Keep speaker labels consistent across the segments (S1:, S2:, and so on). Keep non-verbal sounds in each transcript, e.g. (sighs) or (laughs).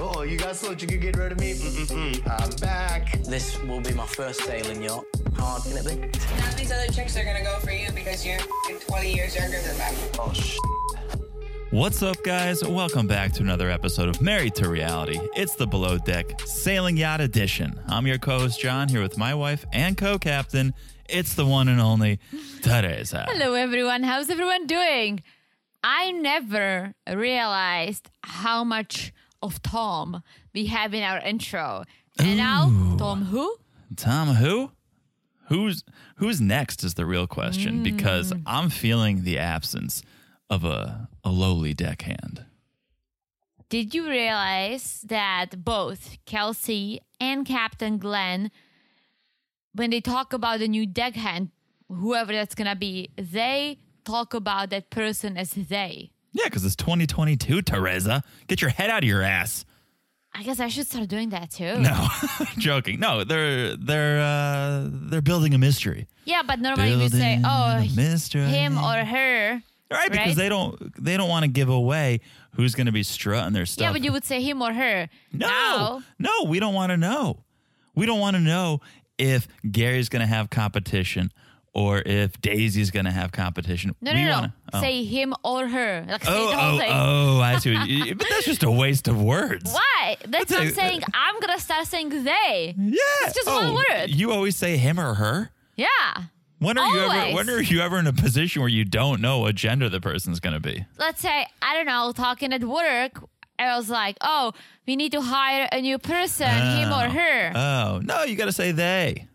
S1: Oh, you guys thought you could get rid of me? Mm-mm-mm. I'm back.
S2: This will be my first sailing yacht. How hard can it be?
S3: None of these other chicks are gonna go for you because you're f***ing 20 years younger than them.
S2: Oh, sh-
S4: What's up, guys? Welcome back to another episode of Married to Reality. It's the Below Deck Sailing Yacht Edition. I'm your co host, John, here with my wife and co captain. It's the one and only Teresa.
S5: Hello, everyone. How's everyone doing? I never realized how much of Tom we have in our intro. And now, Tom who?
S4: Tom, who? Who's who's next is the real question because I'm feeling the absence of a, a lowly deckhand.
S5: Did you realize that both Kelsey and Captain Glenn, when they talk about the new deckhand, whoever that's going to be, they talk about that person as they.
S4: Yeah, because it's 2022, Teresa. Get your head out of your ass.
S5: I guess I should start doing that too.
S4: No, joking. No, they're they're uh, they're building a mystery.
S5: Yeah, but normally we say,
S4: Building
S5: oh,
S4: a
S5: h-
S4: mystery.
S5: him or her.
S4: Right, because
S5: right?
S4: they don't they don't want to give away who's going to be strutting their stuff.
S5: Yeah, but you would say him or her.
S4: no,
S5: Now,
S4: no, we don't want to know. We don't want to know if Gary's going to have competition or if Daisy's going to have competition.
S5: no,
S4: we
S5: no, no.
S4: wanna- oh.
S5: Say him or her. Like, say
S4: oh,
S5: the whole
S4: oh,
S5: thing.
S4: oh, I see.
S5: (laughs)
S4: what you- but that's just a waste of words.
S5: Why?
S4: That's
S5: That's what
S4: a-
S5: I'm saying. I'm going to start saying they.
S4: Yeah,
S5: It's just
S4: one
S5: one word.
S4: You always say him or her.
S5: Yeah.
S4: When are you ever?
S5: Always.
S4: When are you ever in a position where you don't know what gender the person's going to be?
S5: Let's say, I don't know, talking at work, I was like, oh, we need to hire a new person, him or her.
S4: Oh no, you got to say they.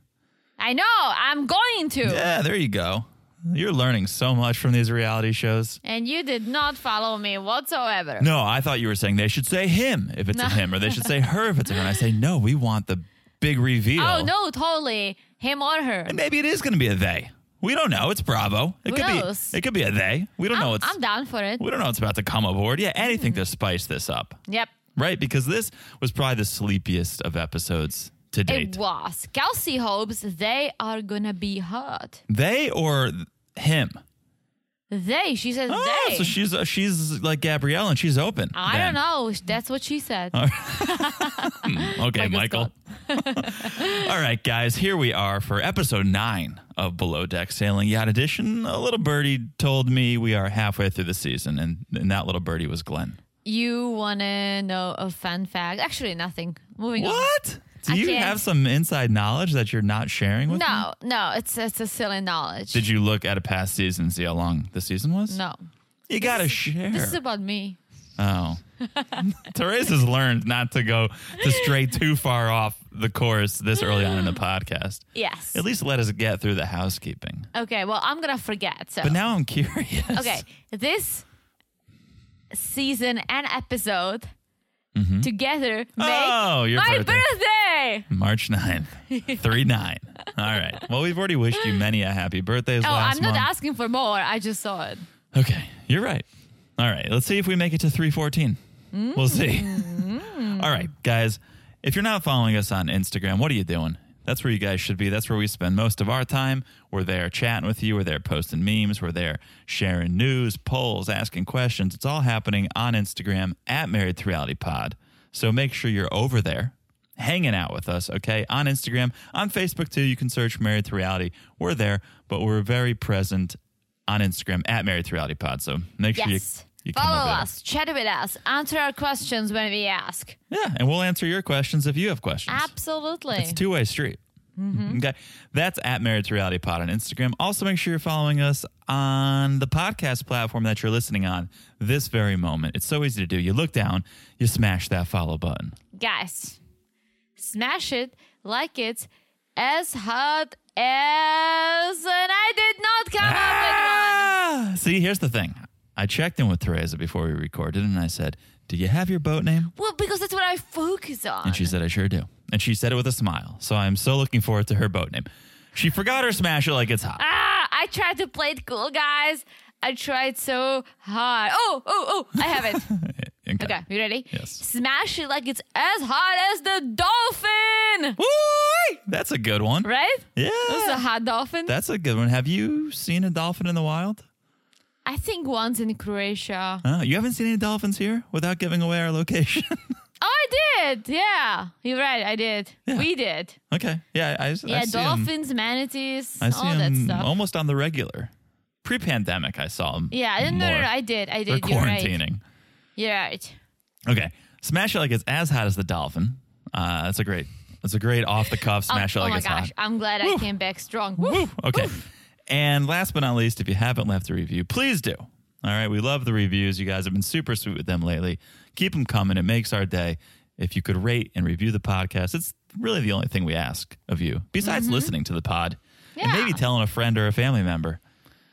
S5: I know, I'm going to.
S4: Yeah, there you go. You're learning so much from these reality shows.
S5: And you did not follow me whatsoever.
S4: No, I thought you were saying they should say him if it's a him, or they should say her if it's a her. And I say no, we want the big reveal.
S5: Oh, no, totally. Him or her.
S4: And maybe it is going to be a they. We don't know. It's Bravo. It
S5: Who
S4: could
S5: knows?
S4: be. It could be a they. We don't know.
S5: I'm,
S4: It's
S5: I'm down for it.
S4: we don't know. It's about to come aboard. Yeah, anything to spice this up,
S5: Yep.
S4: right? Because this was probably the sleepiest of episodes to date.
S5: It was. Kelsey hopes they are gonna be hot.
S4: they or him.
S5: They, she says
S4: Oh,
S5: they.
S4: so she's uh, she's like Gabrielle and she's open.
S5: I
S4: then.
S5: don't know. That's what she said.
S4: Okay, Michael.
S5: Michael
S4: (laughs) All right, guys, here we are for episode nine of Below Deck Sailing Yacht Edition. A little birdie told me we are halfway through the season, and, and that little birdie was Glenn.
S5: you wanna know a fun fact? Actually, nothing. Moving
S4: What? Do
S5: I
S4: you
S5: can't.
S4: have some inside knowledge that you're not sharing
S5: on.
S4: with me?
S5: No, no, it's it's a silly knowledge.
S4: Did you look at a past season and see how long the season was?
S5: No,
S4: You got to share.
S5: this is about me. (laughs)
S4: oh. (laughs) Teresa's learned not to go to stray too far off the course this early
S5: (laughs)
S4: on in the podcast.
S5: Yes.
S4: At least let us get through the housekeeping.
S5: Okay. Well, I'm gonna forget. So.
S4: But now I'm curious.
S5: Oh. okay, this season and episode together make
S4: Mm-hmm. Oh, your
S5: my
S4: birthday.
S5: birthday.
S4: March
S5: (laughs)
S4: 9th, 3 9. All right. Well, we've already wished you many a happy birthday as
S5: Oh,
S4: last
S5: I'm not
S4: month.
S5: asking for more. I just saw it.
S4: okay. You're right. All right. Let's see if we make it to 314.
S5: Mm-hmm.
S4: We'll see. All right, guys. If you're not following us on Instagram, what are you doing? That's where you guys should be. That's where we spend most of our time. We're there chatting with you. We're there posting memes. We're there sharing news, polls, asking questions. It's all happening on Instagram at Married to Reality Pod. So make sure you're over there hanging out with us, okay? On Instagram, on Facebook too. You can search Married to Reality. We're there, but we're very present on Instagram at Married to Reality Pod. So make sure
S5: Yes.
S4: you, you come
S5: Follow
S4: over there.
S5: us, chat with us, answer our questions when we ask.
S4: Yeah, and we'll answer your questions if you have questions.
S5: Absolutely. Mm-hmm.
S4: It's a two way street. Okay. That's at Married to Reality Pod on Instagram. Also, make sure you're following us on the podcast platform that you're listening on this very moment. It's so easy to do. You look down, you smash that follow button.
S5: Guys, smash it like it's as hot as. And I did not come up
S4: Ah! See, here's the thing. I checked in with Teresa before we recorded and I said, Do you have your boat name?
S5: with one. Well, because that's what I focus on.
S4: And she said, I sure do. And she said it with a smile. So I'm so looking forward to her boat name. She forgot her smash it like it's hot.
S5: ah, I tried to play it cool, guys. I tried so hard. Oh, oh, oh, I
S4: (laughs)
S5: have it. Okay, you ready?
S4: Yes.
S5: Smash it like it's as hot as the dolphin!
S4: Woo! That's a good one.
S5: Right?
S4: Yeah.
S5: It's a hot dolphin.
S4: That's a good one. Have you seen a dolphin in the wild?
S5: I think once in Croatia.
S4: Uh, you haven't seen any dolphins here without giving away our location. (laughs)
S5: Oh, I did. Yeah, you're right. I did.
S4: Yeah.
S5: We did.
S4: Okay. Yeah, I, I,
S5: Yeah,
S4: I see 'em-
S5: dolphins, manatees,
S4: I see
S5: all that
S4: 'em
S5: stuff.
S4: almost on the regular. Pre-pandemic, I saw them.
S5: yeah, no, no, no, I did. I
S4: They're
S5: did. You're right.
S4: quarantining.
S5: You're right.
S4: Okay, Smash It Like It's as hot as the dolphin. Uh, that's a great. That's a great off the cuff
S5: Um,
S4: Smash It
S5: oh
S4: Like
S5: my
S4: It's
S5: gosh,
S4: hot.
S5: I'm glad I came back strong.
S4: Woo. Okay. And last but not least, if you haven't left a review, please do. All right, we love the reviews. You guys have been super sweet with them lately. Keep them coming. It makes our day. If you could rate and review the podcast, it's really the only thing we ask of you, besides listening to the pod and
S5: Yeah.
S4: maybe telling a friend or a family member.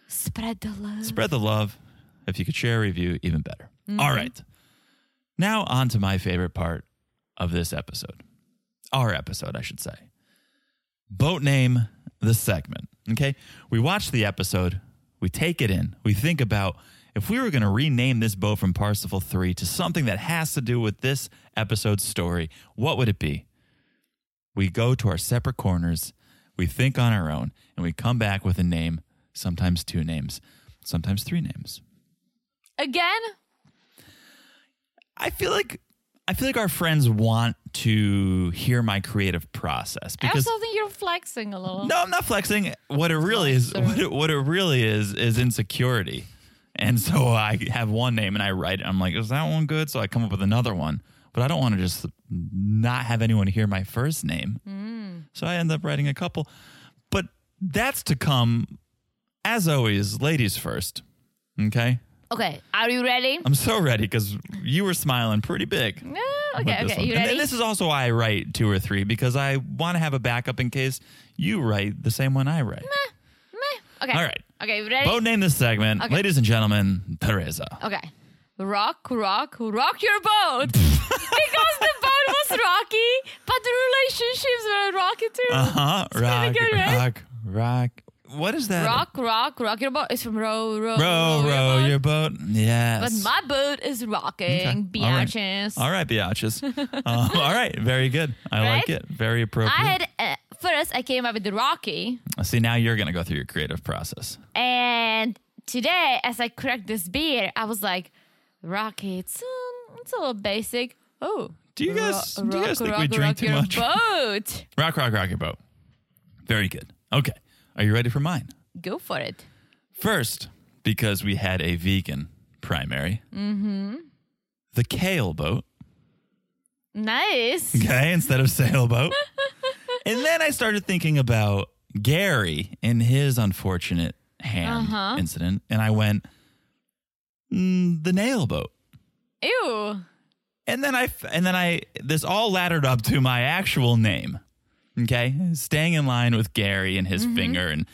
S5: Spread the love.
S4: Spread the love. If you could share a review, even better. All right. Now, on to my favorite part of this episode. Our episode, I should say. Boat name the segment. Okay. We watch the episode, we take it in, we think about if we were going to rename this boat from Parsifal 3 to something that has to do with this episode's story, what would it be? We go to our separate corners, we think on our own, and we come back with a name, sometimes two names, sometimes three names.
S5: Again?
S4: I feel like I feel like our friends want to hear my creative process
S5: I
S4: because
S5: also think you're flexing a little.
S4: no, I'm not flexing. What it really is,
S5: Flex.
S4: what it, what it really is, is insecurity. And so I have one name and I write. it. I'm like, is that one good? So I come up with another one, but I don't want to just not have anyone hear my first name.
S5: Mm.
S4: So I end up writing a couple, but that's to come. As always, ladies first. Okay,
S5: Okay, are you ready?
S4: I'm so ready because you were smiling pretty big
S5: No,
S4: with
S5: okay,
S4: this
S5: okay.
S4: one.
S5: You
S4: And
S5: ready?
S4: th- this is also why I write two or three because I want to have a backup in case you write the same one I write.
S5: Meh. okay.
S4: All right.
S5: Okay, you ready?
S4: Boat name this segment,
S5: Okay.
S4: ladies and gentlemen, Teresa.
S5: Okay. Rock, rock, rock
S4: (laughs)
S5: your boat. because the boat was rocky, but the relationships were rocky too.
S4: Uh (laughs) huh. Rock,
S5: Uh-huh, good, right?
S4: rock, rock. What is that?
S5: Rock, rock, rock your boat. It's from row, row,
S4: row, row your boat.
S5: But
S4: Yes.
S5: my boat is rocking,
S4: Okay. All right.
S5: biatches.
S4: All right,
S5: (laughs)
S4: biatches. Uh, all right, very good. I like
S5: Right?
S4: it. Very appropriate.
S5: I had uh, first I came up with the Rocky,
S4: See, now you're gonna go through your creative process.
S5: and today as I cracked this beer, I was like, Rocky, it's um, it's a little basic. Oh,
S4: Do you guys?
S5: ro-
S4: do you guys think we
S5: rock,
S4: drink
S5: rock
S4: too
S5: your
S4: much? (laughs)
S5: Boat,
S4: Rock, rock, rock your boat. Very good. Okay. Are you ready for mine?
S5: go for it.
S4: First, because we had a vegan primary. Mm-hmm. The kale boat,
S5: Nice.
S4: okay, instead of sailboat. and then I started thinking about Gary and his unfortunate hand
S5: Uh-huh.
S4: incident, and I went, mm, the nail boat.
S5: Ew.
S4: And then I f- and then I this all laddered up to my actual name. Okay, staying in line with Gary and his finger and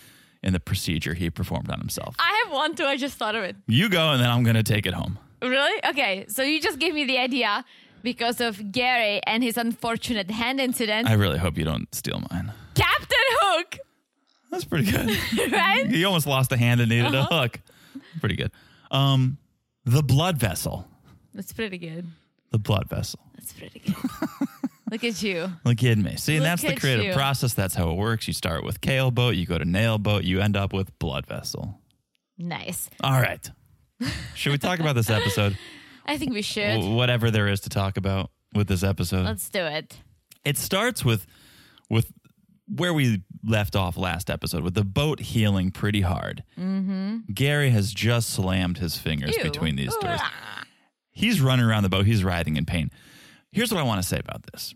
S4: and the procedure he performed on himself.
S5: I have one too. I just thought of it.
S4: you go, and then I'm gonna take it home.
S5: Really? Okay. So you just gave me the idea because of Gary and his unfortunate hand incident.
S4: I really hope you don't steal mine.
S5: Captain Hook, (laughs)
S4: That's pretty good. (laughs)
S5: right?
S4: you almost lost a hand and needed
S5: Uh-huh.
S4: a hook. Pretty good. Um, the blood vessel.
S5: That's pretty good.
S4: The blood vessel.
S5: That's pretty good. Look at you.
S4: Look at me. See, and
S5: Look
S4: that's the
S5: at
S4: creative
S5: you.
S4: process. That's how it works. You start with kale boat, you go to nail boat, you end up with blood vessel.
S5: Nice.
S4: All right. Should we talk about
S5: (laughs)
S4: this episode?
S5: I think we should.
S4: W- Whatever there is to talk about with this episode.
S5: Let's do it.
S4: it starts with with where we left off last episode with the boat healing pretty hard. Mm-hmm. Gary has just slammed his fingers
S5: Ew.
S4: between these doors.
S5: Ugh.
S4: He's running around the boat. He's writhing in pain. Here's what I want to say about this.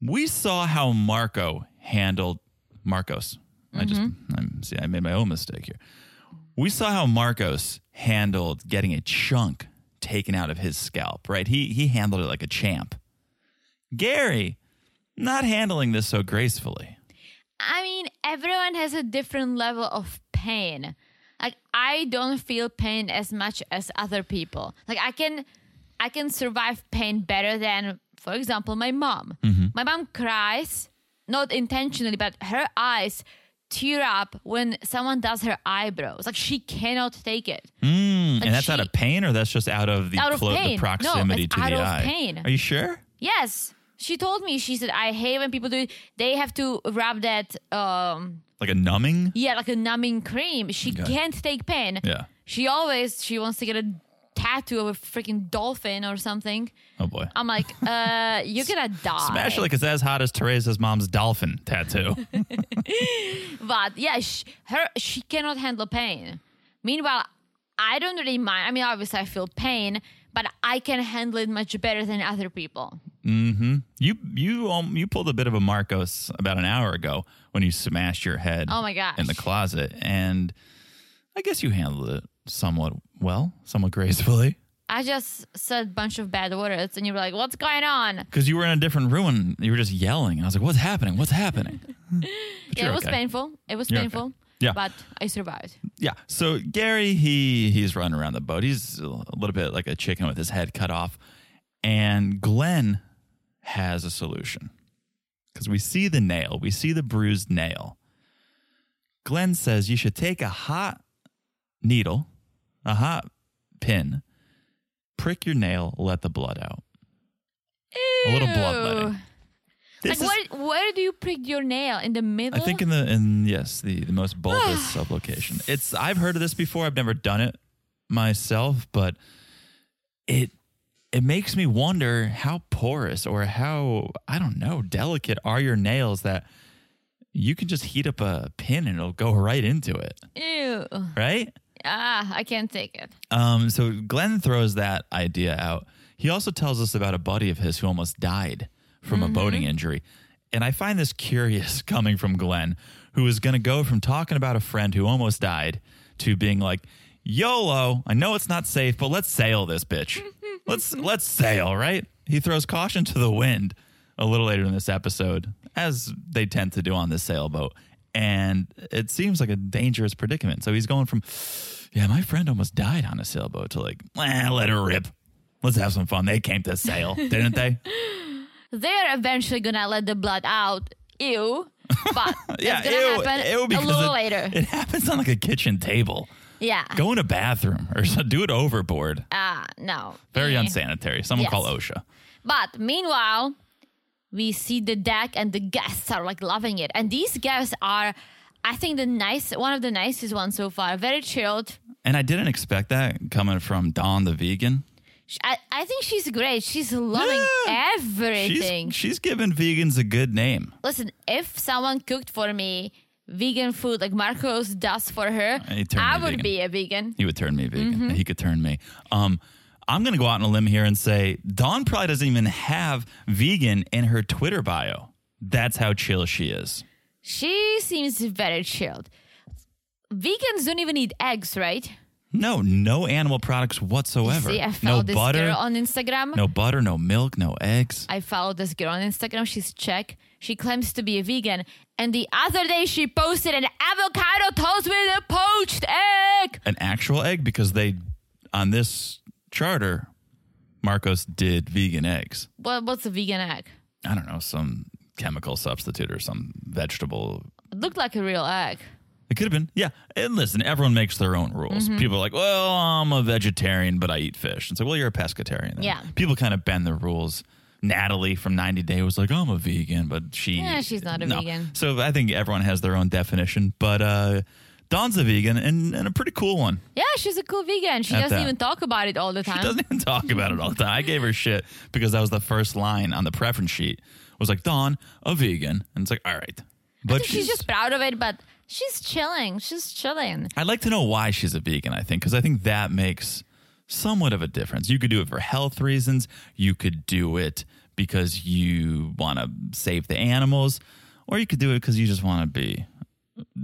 S4: We saw how Marco handled Marcos. I just
S5: Mm-hmm.
S4: I'm, see I made my own mistake here. We saw how Marcos handled getting a chunk taken out of his scalp, right? He he handled it like a champ. Gary not handling this so gracefully.
S5: I mean, everyone has a different level of pain. Like I don't feel pain as much as other people. Like I can I can survive pain better than for example my mom.
S4: Mm-hmm.
S5: My mom cries not intentionally but her eyes tear up when someone does her eyebrows. Like she cannot take it.
S4: Mm,
S5: Like
S4: and that's out
S5: she-
S4: of pain or that's just out of the
S5: Out of
S4: clo- the
S5: pain. No,
S4: proximity
S5: it's
S4: to
S5: out
S4: the
S5: of
S4: eye.
S5: pain.
S4: Are you sure?
S5: Yes. She told me she said I hate when people do it. They have to rub that um
S4: Like a numbing?
S5: yeah, like a numbing cream. She
S4: Okay.
S5: can't take pain.
S4: Yeah.
S5: She always she wants to get a tattoo of a freaking dolphin or something.
S4: Oh boy.
S5: I'm like, (laughs) uh, you're gonna die.
S4: Smash it like it's as hot as Teresa's mom's dolphin
S5: (laughs)
S4: tattoo.
S5: But yeah, she, her she cannot handle pain. Meanwhile, I don't really mind. I mean, obviously, I feel pain, but I can handle it much better than other people.
S4: you you um, you pulled a bit of a Marcos about an hour ago when you smashed your head.
S5: Oh my gosh.
S4: In the closet, and I guess you handled it somewhat well, somewhat gracefully,
S5: I just said a bunch of bad words, and you were like, "What's going on?"
S4: because you were in a different room and you were just yelling. And I was like, "What's happening? What's
S5: (laughs)
S4: happening?" But
S5: yeah,
S4: you're
S5: it was
S4: okay.
S5: painful. It was
S4: You're okay.
S5: painful.
S4: Yeah.
S5: but I survived.
S4: Yeah. So Gary, he he's running around the boat. He's a little bit like a chicken with his head cut off. And Glenn has a solution. Cuz we see the nail. We see the bruised nail. Glenn says you should take a hot needle, a hot pin, prick your nail, let the blood out. A little bloodletting.
S5: Ew.
S4: This is-
S5: like, where, where do you prick your nail in the middle?
S4: I think in the in yes, the, the most bulbous sublocation. It's I've heard of this before. I've never done it myself, but it it makes me wonder how porous or how I don't know delicate are your nails that you can just heat up a pin and it'll go right into it,
S5: Ew.
S4: right?
S5: Ah, I can't take it.
S4: Um, so Glenn throws that idea out. He also tells us about a buddy of his who almost died from a boating injury. And I find this curious (laughs) coming from Glenn, who is going to go from talking about a friend who almost died to being like, YOLO, I know it's not safe, but let's sail this bitch. let's let's sail, right? He throws caution to the wind a little later in this episode, as they tend to do on this sailboat. And it seems like a dangerous predicament. So he's going from yeah, my friend almost died on a sailboat to like, eh, let her rip. Let's have some fun. They came to
S5: (laughs)
S4: sail, didn't they?
S5: They're eventually gonna let the blood out.
S4: (laughs)
S5: Ew. But
S4: Yeah,
S5: it's gonna happen a
S4: because
S5: little
S4: it-
S5: later.
S4: It happens on like a kitchen table.
S5: yeah.
S4: Go in a bathroom or so, do it overboard.
S5: Ah, no.
S4: Very
S5: Eh.
S4: unsanitary. Someone
S5: Yes.
S4: call OSHA.
S5: But meanwhile, we see the deck and the guests are like loving it. And these guests are, I think, the nice one of the nicest ones so far. Very chilled.
S4: And I didn't expect that coming from Dawn the vegan.
S5: Sh- I, I think she's great. She's loving
S4: Yeah.
S5: everything.
S4: She's, she's giving vegans a good name.
S5: Listen, if someone cooked for me vegan food like Marcos does for her,
S4: He turned
S5: I
S4: me vegan.
S5: would be a vegan.
S4: He would turn me vegan.
S5: Mm-hmm.
S4: He could turn me. Um, I'm going to go out on a limb here and say Dawn probably doesn't even have vegan in her Twitter bio. That's how chill she is.
S5: She seems very chilled. Vegans don't even eat eggs, right?
S4: No, no animal products whatsoever.
S5: See, I follow
S4: no
S5: this
S4: butter,
S5: girl on Instagram.
S4: no butter, no milk, no eggs.
S5: I followed this girl on Instagram. She's Czech. She claims to be a vegan. And the other day, she posted an avocado toast with a poached egg.
S4: An actual egg because they on this charter Marcos did vegan eggs.
S5: What, what's a vegan egg?
S4: I don't know, some chemical substitute or some vegetable
S5: It looked like a real egg.
S4: It could have been, yeah. And listen, everyone makes their own rules.
S5: Mm-hmm.
S4: People are like, "Well, I'm a vegetarian, but I eat fish." And so, well, you're a pescatarian. Then.
S5: Yeah.
S4: People kind of bend the rules. Natalie from 90 Day was like, "I'm a vegan," but she,
S5: Yeah, she's not a vegan.
S4: So I think everyone has their own definition. But uh, Dawn's a vegan and, and a pretty cool one.
S5: Yeah, she's a cool vegan. She
S4: At
S5: doesn't
S4: that.
S5: even talk about it all the
S4: She
S5: time.
S4: doesn't even talk about it all the time. I gave her shit because that was the first line on the preference sheet. Was like, "Dawn, a vegan," and it's like, "All right." But
S5: she's just proud of it, but she's chilling. She's chilling.
S4: I'd like to know why she's a vegan, I think, because I think that makes somewhat of a difference. You could do it for health reasons, you could do it because you want to save the animals, or you could do it because you just want to be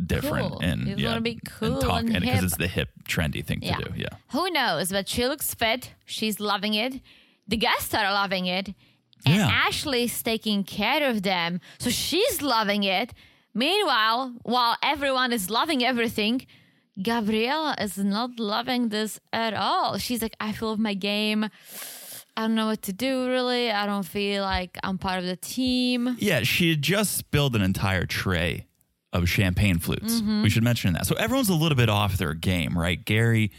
S4: different
S5: Cool.
S4: and
S5: You
S4: yeah,
S5: wanna be cool and
S4: because
S5: hip.
S4: it's the hip trendy thing
S5: Yeah.
S4: to do. Yeah.
S5: Who knows? But she looks fit. She's loving it. The guests are loving it. And
S4: Yeah.
S5: Ashley's taking care of them. So she's loving it. Meanwhile, while everyone is loving everything, Gabriella is not loving this at all. She's like, I feel of my game. I don't know what to do really. I don't feel like I'm part of the team.
S4: Yeah, she had just spilled an entire tray of champagne flutes. We should mention that. So everyone's a little bit off their game, right? Gary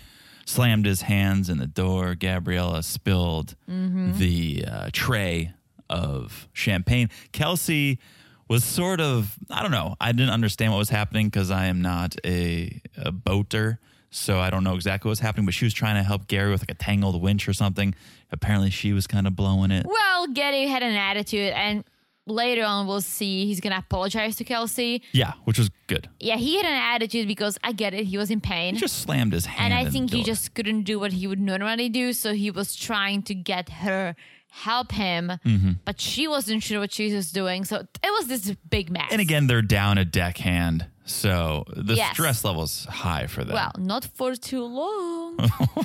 S4: slammed his hands in the door. Gabriella spilled the uh, tray of champagne. Kelsey was sort of, I don't know, I didn't understand what was happening because I am not a, a boater. So I don't know exactly what's happening, but she was trying to help Gary with like a tangled winch or something. Apparently, she was kind of blowing it.
S5: Well, Getty had an attitude, and later on, we'll see he's gonna apologize to Kelsey.
S4: Yeah, which was good.
S5: Yeah, he had an attitude because I get it, he was in pain.
S4: He just slammed his hand.
S5: and I
S4: in the
S5: think he
S4: door.
S5: just couldn't do what he would normally do, so he was trying to get her help him,
S4: Mm-hmm.
S5: but she wasn't sure what she was doing, so it was this big mess.
S4: And again, they're down a deckhand, so the
S5: Yes.
S4: stress level's high for them.
S5: well, not for too long.
S4: (laughs)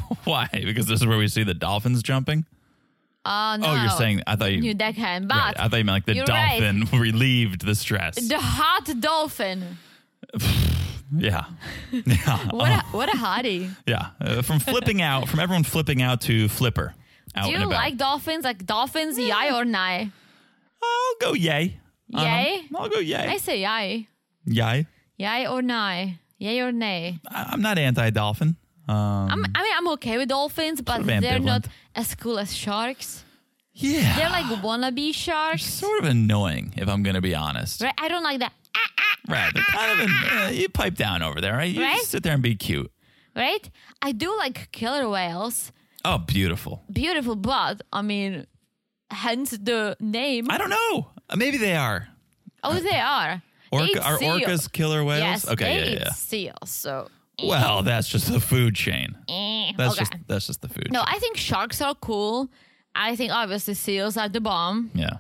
S4: Oh, Why? Because this is where we see the dolphins jumping.
S5: Uh, no.
S4: Oh, you're saying I thought you.
S5: new deckhand, but
S4: right, I thought you meant like the
S5: you're right.
S4: dolphin (laughs) relieved the stress.
S5: the hot dolphin. (laughs)
S4: yeah, (laughs) yeah, Uh-huh.
S5: What a,
S4: (laughs)
S5: what a hottie.
S4: yeah. Uh, from flipping out, from everyone flipping out to flipper. Out
S5: Do
S4: and
S5: you
S4: about.
S5: like dolphins? Like dolphins, yay or nay?
S4: I'll go yay. Uh-huh.
S5: Yay?
S4: I'll go yay.
S5: I say yay.
S4: Yay.
S5: Yay or nay? Yay or nay?
S4: I- I'm not anti-dolphin. Um,
S5: I'm, I mean, I'm okay with dolphins, but
S4: Sort of
S5: they're not
S4: ambivalent.
S5: as cool as sharks.
S4: yeah.
S5: They're like wannabe sharks.
S4: sort of annoying, if I'm going to be honest.
S5: Right? I don't like that. Ah, ah,
S4: Right. They're kind of an, uh, you pipe down over there, right? You
S5: Right?
S4: just sit there and be cute.
S5: right? I do like killer whales.
S4: Oh, beautiful.
S5: Beautiful, but I mean, hence the name.
S4: I don't know. Uh, Maybe they are.
S5: oh, they are.
S4: Orca,
S5: Eat
S4: are
S5: seal.
S4: orcas killer whales?
S5: Yes,
S4: okay,
S5: they
S4: yeah,
S5: eat
S4: yeah.
S5: seal. So
S4: yeah. Well, that's just the food chain.
S5: eh,
S4: That's
S5: okay.
S4: just that's just the food.
S5: No,
S4: chain.
S5: I think sharks are cool. I think obviously seals are the bomb.
S4: Yeah.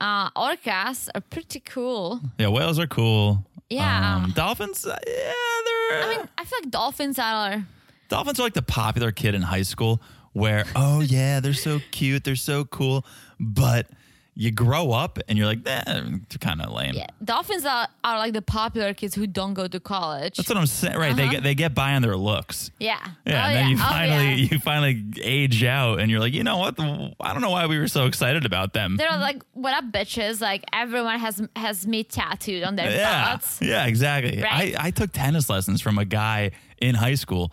S5: Uh, orcas are pretty cool.
S4: Yeah, whales are cool.
S5: Yeah.
S4: Um, dolphins, uh, yeah, they're
S5: I mean, I feel like dolphins are.
S4: Dolphins are like the popular kid in high school where, oh yeah, they're so cute, they're so cool, but you grow up and you're like, eh, they're kind of lame.
S5: Yeah, dolphins are, are like the popular kids who don't go to college.
S4: That's what I'm saying, right?
S5: Uh-huh.
S4: They get they get by on their looks.
S5: yeah.
S4: Yeah,
S5: Oh,
S4: and then you
S5: Oh,
S4: finally (laughs)
S5: yeah.
S4: you finally age out, and you're like, you know what? I don't know why we were so excited about them.
S5: They're all like, what up, bitches? Like, everyone has has me tattooed on their
S4: yeah,
S5: butts.
S4: yeah, exactly.
S5: Right?
S4: I, I took tennis lessons from a guy in high school.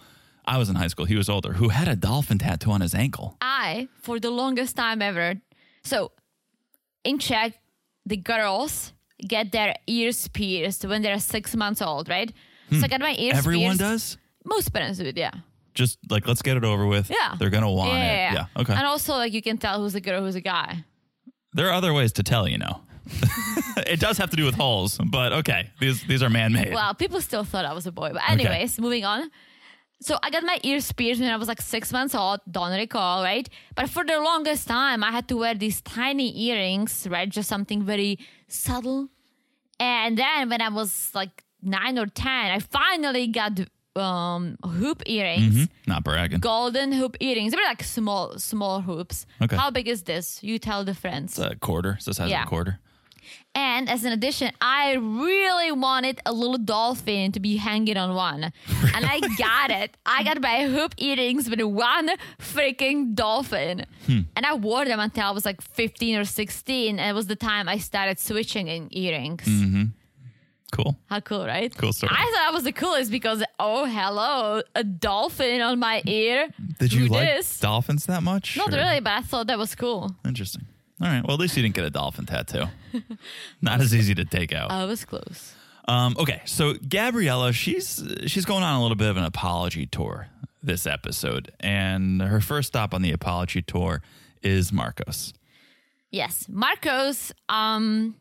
S4: I was in high school; he was older, who had a dolphin tattoo on his ankle.
S5: I, for the longest time ever, so in Czech, the girls get their ears pierced when they're six months old, right? So I got my ears
S4: Hmm. Everyone
S5: pierced.
S4: does.
S5: Most parents do it, yeah.
S4: Just like let's get it over with.
S5: Yeah.
S4: they're gonna want
S5: Yeah,
S4: it. Yeah, okay.
S5: And also, like, you can tell who's a girl, who's a guy.
S4: There are other ways to tell, you know. (laughs) it does have to do with holes, but okay. These these are man made.
S5: Well, people still thought I was a boy. But anyways, moving on. So I got my ears pierced when I was like six months old. Don't recall, right? But for the longest time, I had to wear these tiny earrings, right? Just something very subtle. And then when I was like nine or ten, I finally got um, hoop earrings,
S4: Hmm? Not bragging.
S5: golden hoop earrings. They were like small, small hoops.
S4: Okay.
S5: How big is this? You tell the friends.
S4: It's a quarter. It's the size
S5: Yeah.
S4: of a quarter.
S5: And as an addition, I really wanted a little dolphin to be hanging on one. And I got it. I got my hoop earrings with one freaking dolphin.
S4: Hmm.
S5: And I wore them until I was like 15 or 16. And it was the time I started switching in earrings.
S4: Cool.
S5: How cool, right?
S4: Mm-hmm. Cool story.
S5: I thought I was the coolest because, oh, hello, a dolphin on my ear.
S4: Did you
S5: Who
S4: like
S5: dis?
S4: dolphins that much?
S5: Not
S4: or-
S5: really, but I thought that was cool.
S4: Interesting. All right. Well, at least you didn't get a dolphin tattoo. (laughs) Not as easy to take out.
S5: I was close.
S4: Um, okay, so Gabriella, she's she's going on a little bit of an apology tour this episode, and her first stop on the apology tour is Marcos.
S5: Yes, Marcos. Um,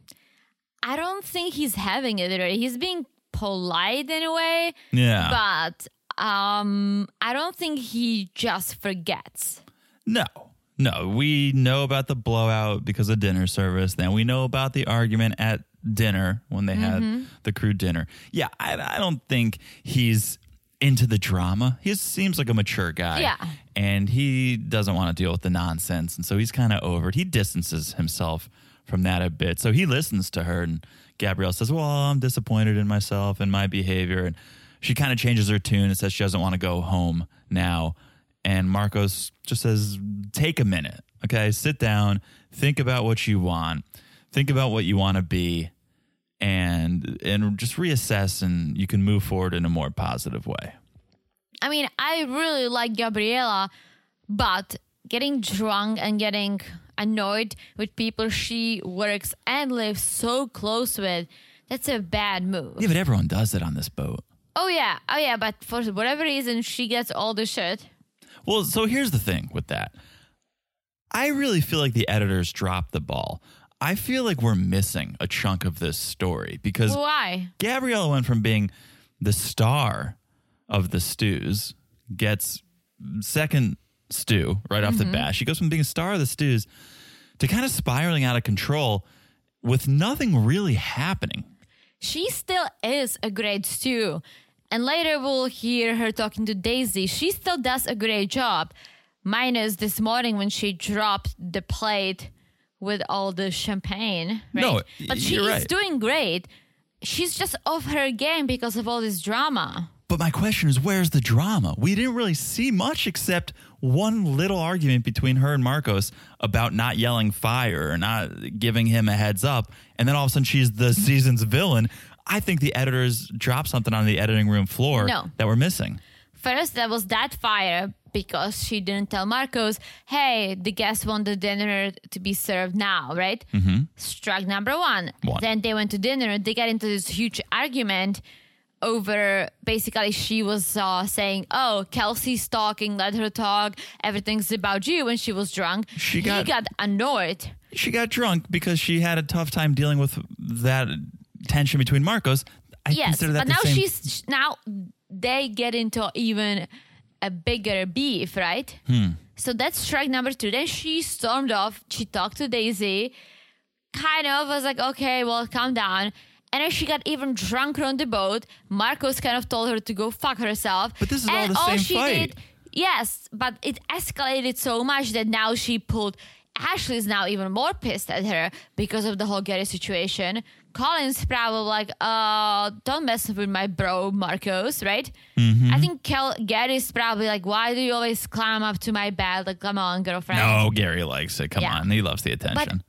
S5: I don't think he's having it already. He's being polite in a way,
S4: Yeah.
S5: but um, I don't think he just forgets.
S4: No, no. We know about the blowout because of dinner service. Then we know about the argument at dinner when they
S5: Mm-hmm.
S4: had the crew dinner. Yeah, I, I don't think he's into the drama. He seems like a mature guy.
S5: Yeah.
S4: And he doesn't want to deal with the nonsense. And so he's kind of over it. He distances himself from that a bit. So he listens to her. And Gabrielle says, Well, I'm disappointed in myself and my behavior. And she kind of changes her tune and says she doesn't want to go home now. And Marcos just says, Take a minute. Okay. Sit down. Think about what you want. Think about what you want to be and and just reassess and you can move forward in a more positive way.
S5: I mean, I really like Gabriela, but getting drunk and getting annoyed with people she works and lives so close with—that's a bad move.
S4: Yeah, but everyone does it on this boat.
S5: Oh yeah, oh yeah, but for whatever reason, she gets all the shit.
S4: Well, so here's the thing with that. I really feel like the editors dropped the ball. I feel like we're missing a chunk of this story because
S5: Why?
S4: Gabriella went from being the star of the stews, gets second stew right off the bat. She goes from being a star of the stews to kind of spiraling out of control with nothing really happening.
S5: She still is a great stew. And later we'll hear her talking to Daisy. She still does a great job. Minus this morning when she dropped the plate with all the champagne. Right?
S4: No,
S5: but she
S4: you're
S5: is
S4: right.
S5: doing great. She's just off her game because of all this drama.
S4: But my question is, where's the drama? We didn't really see much except one little argument between her and Marcos about not yelling fire or not giving him a heads up. And then all of a sudden, she's the season's villain. I think the editors dropped something on the editing room floor
S5: No.
S4: that we're missing.
S5: First, there was that fire because she didn't tell Marcos, hey, the guests want the dinner to be served now, right? Mm-hmm. Strike number one.
S4: One.
S5: Then they went to dinner. They got into this huge argument over basically she was uh, saying, oh, Kelsey's talking, let her talk. Everything's about you when she was drunk.
S4: She
S5: He
S4: got-
S5: got annoyed.
S4: She got drunk because she had a tough time dealing with that tension between Marcos. I
S5: yes,
S4: consider that
S5: but
S4: the
S5: now
S4: same-
S5: she's now they get into even a bigger beef, right?
S4: Hmm.
S5: So that's strike number two. Then she stormed off. She talked to Daisy, kind of was like, "Okay, well, calm down." And then she got even drunker on the boat. Marcos kind of told her to go fuck herself.
S4: But this is all
S5: and
S4: the same
S5: she
S4: fight.
S5: did, yes, but it escalated so much that now she pulled. Ashley's now even more pissed at her because of the whole Gary situation. Colin's probably like, uh, don't mess with my bro, Marcos, right?
S4: Mm-hmm.
S5: I think Kel- Gary's probably like, why do you always climb up to my bed? Like, come on, girlfriend.
S4: No, Gary likes it. Come
S5: Yeah.
S4: on. He loves the
S5: But
S4: attention.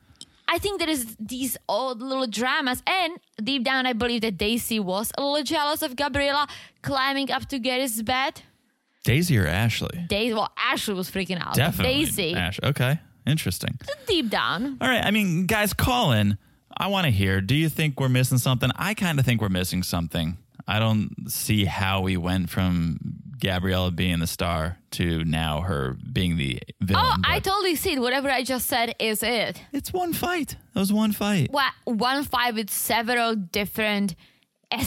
S5: I think there is these old little dramas, and deep down, I believe that Daisy was a little jealous of Gabriela climbing up to Gary's bed.
S4: Daisy or Ashley?
S5: Daisy, well, Ashley was freaking out.
S4: Definitely.
S5: Daisy,
S4: Ash. Okay. Interesting.
S5: deep down,
S4: All right. I mean, guys, call in. I want to hear. Do you think we're missing something? I kind of think we're missing something. I don't see how we went from Gabriella being the star to now her being the villain.
S5: oh, I
S4: but
S5: totally see it. Whatever I just said is it.
S4: it's one fight. That was one fight.
S5: What one fight with several different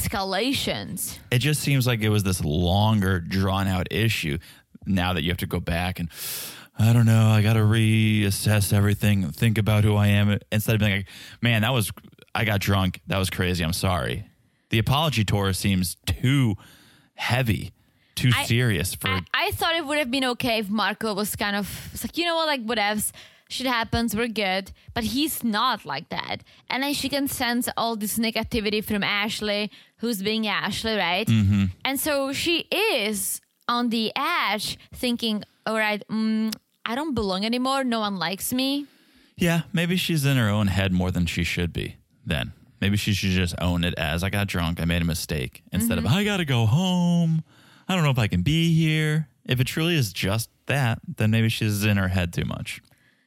S5: escalations.
S4: It just seems like it was this longer, drawn out issue now that you have to go back and. I don't know. I got to reassess everything, and think about who I am instead of being like, man, that was, I got drunk. That was crazy. I'm sorry. The apology tour seems too heavy, too
S5: I-
S4: serious for.
S5: I, I thought it would have been okay if Marco was kind of it's like, you know what, like whatevs, shit happens, we're good. But he's not like that. And then she can sense all this negativity from Ashley, who's being Ashley, right? And so she is on the edge thinking, all right, mm, I don't belong anymore. No one likes me.
S4: yeah, maybe she's in her own head more than she should be then. Maybe she should just own it as I got drunk. I made a mistake instead of I got to go home. I don't know if I can be here. If it truly is just that, then maybe she's in her head too much.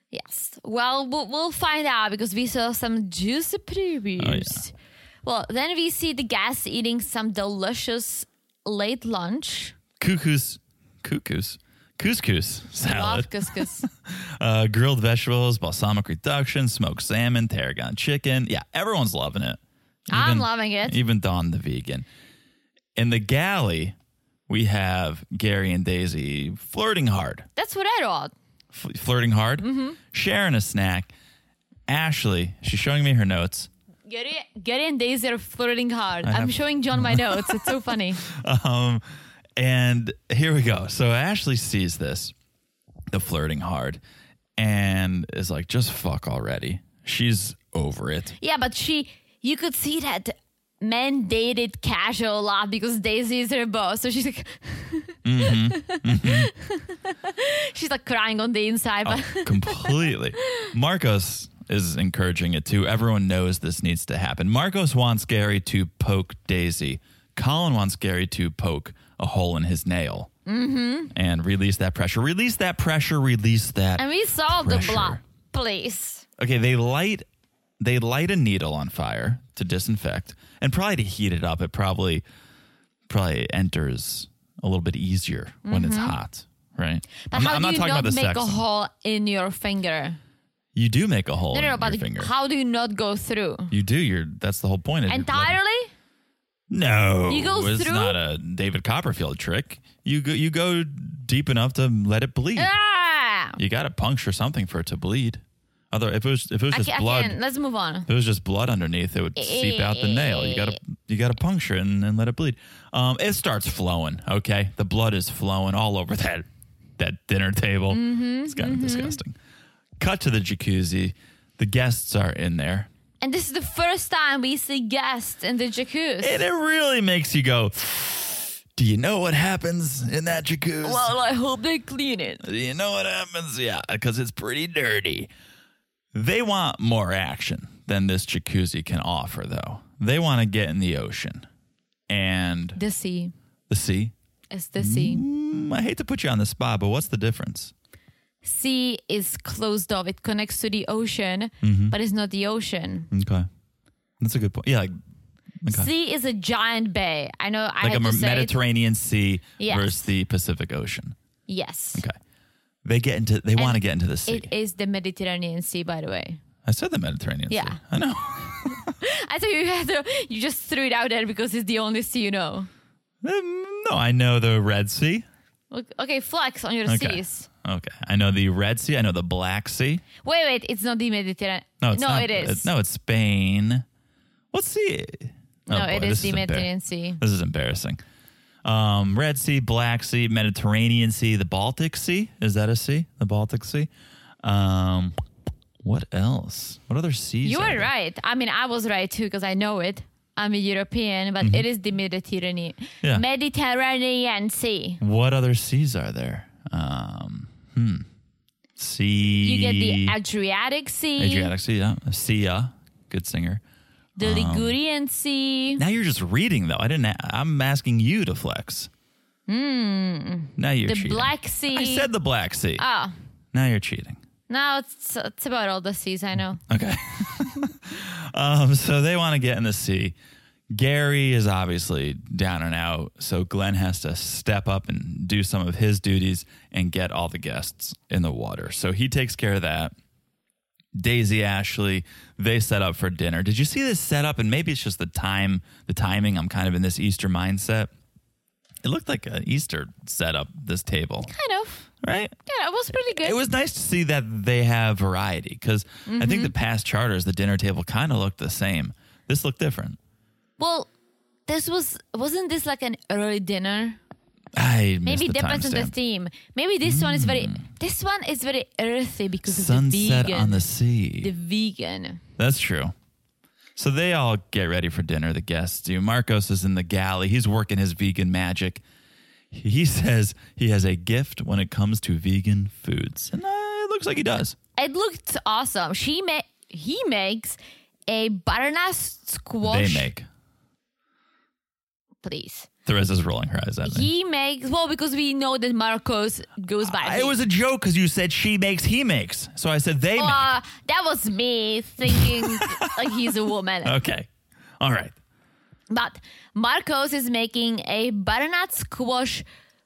S5: Yes. Well, we'll, we'll find out because we saw some juicy previews.
S4: Oh,
S5: Well, then we see the guests eating some delicious late lunch.
S4: cuckoo's cuckoo's couscous salad, (laughs)
S5: Love couscous.
S4: uh, grilled vegetables, balsamic reduction, smoked salmon, tarragon chicken. Yeah, everyone's loving it.
S5: I'm loving it.
S4: Even Don the vegan. In the galley, we have Gary and Daisy flirting hard,
S5: That's what I wrote.
S4: F- flirting hard, sharing a snack. Ashley, she's showing me her notes. (laughs)
S5: Gary, Gary and Daisy are flirting hard. I'm
S4: have-
S5: showing John my notes. It's
S4: (laughs)
S5: so funny.
S4: Um, and here we go. So Ashley sees this, the flirting hard, and is like, just fuck already. She's over
S5: (laughs)
S4: it.
S5: Yeah, but she, you could see that men dated casual a lot because Daisy is her boss. So she's like,
S4: Mm-hmm.
S5: (laughs) she's like crying on the inside. But
S4: Completely. Marcos is encouraging it too. Everyone knows this needs to happen. Marcos wants Gary to poke Daisy. Colin wants Gary to poke a hole in his nail mm-hmm. and release that pressure. Release that pressure. Release that.
S5: and we saw
S4: Pressure.
S5: the blood, please.
S4: okay they light they light a needle on fire to disinfect and probably to heat it up it probably probably enters a little bit easier when it's hot, right?
S5: Mm-hmm. But how do you not make a hole in your finger?
S4: You do make a hole
S5: No, no,
S4: in
S5: no,
S4: your
S5: but
S4: finger.
S5: how do you not go through?
S4: you do. You're that's the whole point. Of your blood-
S5: Entirely?
S4: No,
S5: You go
S4: it's
S5: through?
S4: not a David Copperfield trick. You go, you go deep enough to let it bleed.
S5: Ah!
S4: You got to puncture something for it to bleed. Other, if it was if it was
S5: I
S4: just
S5: can't, I
S4: blood,
S5: can't. Let's move on.
S4: if it was just blood underneath, it would seep out the nail. You gotta you gotta puncture it and, and let it bleed. Um, it starts flowing. Okay, the blood is flowing all over that that dinner table. it's kind of disgusting. Cut to the jacuzzi. The guests are in there,
S5: And this is the first time we see guests in the jacuzzi.
S4: and it really makes you go. Do you know what happens in that jacuzzi?
S5: well, I hope they clean it.
S4: Do you know what happens? Yeah, because it's pretty dirty. They want more action than this jacuzzi can offer, though. They want to get in the ocean and
S5: The sea.
S4: the sea.
S5: It's the sea.
S4: Mm, I hate to put you on the spot, but what's the difference?
S5: Sea is closed off. It connects to the ocean,
S4: Mm-hmm.
S5: but it's not the ocean.
S4: Okay, that's a good point. Yeah, like, Okay.
S5: Sea is a giant bay. I know I
S4: like a
S5: had to say it.
S4: Mediterranean Sea
S5: Yes.
S4: versus the Pacific Ocean.
S5: Yes.
S4: Okay, they get into they want to get into the sea.
S5: It is the Mediterranean Sea, by the way.
S4: I said the Mediterranean
S5: Yeah.
S4: Sea. I know. (laughs)
S5: I thought you had to, you just threw it out there because it's the only sea you know.
S4: Um, no, I know the Red Sea.
S5: Ok- Okay, flex on your
S4: Okay.
S5: seas.
S4: Okay, I know the Red Sea. I know the Black Sea.
S5: Wait, wait, it's not the Mediterranean.
S4: No, it's
S5: no,
S4: not,
S5: it is.
S4: uh, no, it's Spain. Let's see.
S5: No,
S4: Oh, boy,
S5: it
S4: this
S5: is the
S4: embar-
S5: Mediterranean Sea.
S4: This is embarrassing. Um, Red Sea, Black Sea, Mediterranean Sea, the Baltic Sea. Is that a sea? The Baltic Sea. Um, what else? What other seas?
S5: You
S4: are
S5: were
S4: there?
S5: right. I mean, I was right too because I know it. I'm a European, but it is the Mediterranean
S4: Mm-hmm. Yeah.
S5: Mediterranean Sea.
S4: What other seas are there? Um, hmm. Sea.
S5: You get the Adriatic Sea,
S4: Adriatic um, Sea. Yeah. Sea. Good singer.
S5: the Ligurian Sea.
S4: Now you're just reading though. I didn't. A- I'm asking you to flex. Hmm. Now you're
S5: The
S4: cheating.
S5: Black Sea.
S4: I said the Black Sea.
S5: oh,
S4: Now you're cheating.
S5: now it's, it's about all the seas I know.
S4: Okay. (laughs) um, so they want to get in the sea. Gary is obviously down and out, so Glenn has to step up and do some of his duties and get all the guests in the water. So he takes care of that. Daisy Ashley, they set up for dinner. Did you see this setup? And maybe it's just the time, the timing. I'm kind of in this Easter mindset. It looked like an Easter setup, this table,
S5: Kind of.
S4: right?
S5: Yeah, it was pretty good.
S4: it was nice to see that they have variety because I think the
S5: Mm-hmm.
S4: past charters, the dinner table kind of looked the same. This looked different.
S5: well, this was wasn't this like an early dinner?
S4: I missed
S5: Maybe
S4: the
S5: depends on the
S4: timestamp. Hmm.
S5: theme. Maybe this one is very this one is very earthy because of
S4: Sunset
S5: the vegan.
S4: on the sea.
S5: the vegan.
S4: That's true. So they all get ready for dinner. The guests do. Marcos is in the galley. He's working his vegan magic. He says he has a gift when it comes to vegan foods, and uh, it looks like he does.
S5: It looked awesome. She ma- he makes a butternut squash.
S4: They make.
S5: please.
S4: Theresa's rolling her eyes at me.
S5: He makes well because we know that Marcos goes by.
S4: it was a joke because you said she makes, he makes. So I said they make.
S5: uh, that was me thinking
S4: (laughs)
S5: like he's a woman.
S4: Okay. All right.
S5: But Marcos is making a butternut squash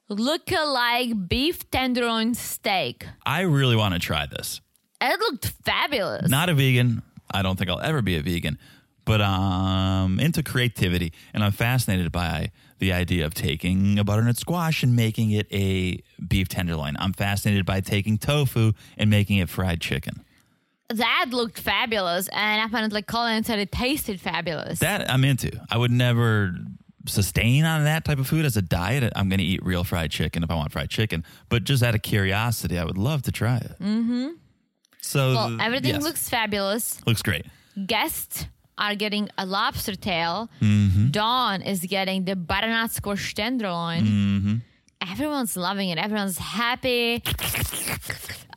S5: look-alike beef tenderloin steak.
S4: I really want to try this.
S5: It looked fabulous.
S4: Not a vegan. I don't think I'll ever be a vegan, but um into creativity and I'm fascinated by the idea of taking a butternut squash and making it a beef tenderloin. I'm fascinated by taking tofu and making it fried chicken.
S5: That looked fabulous, and apparently Colin said it tasted fabulous.
S4: That I'm into. I would never sustain on that type of food as a diet. I'm going to eat real fried chicken if I want fried chicken, but just out of curiosity, I would love to try it. Mm-hmm. So
S5: well, everything
S4: yes,
S5: looks fabulous.
S4: looks great.
S5: Guests are getting a lobster tail.
S4: Mm-hmm.
S5: Dawn is getting the butternut squash tenderloin.
S4: Mm-hmm.
S5: Everyone's loving it. Everyone's happy.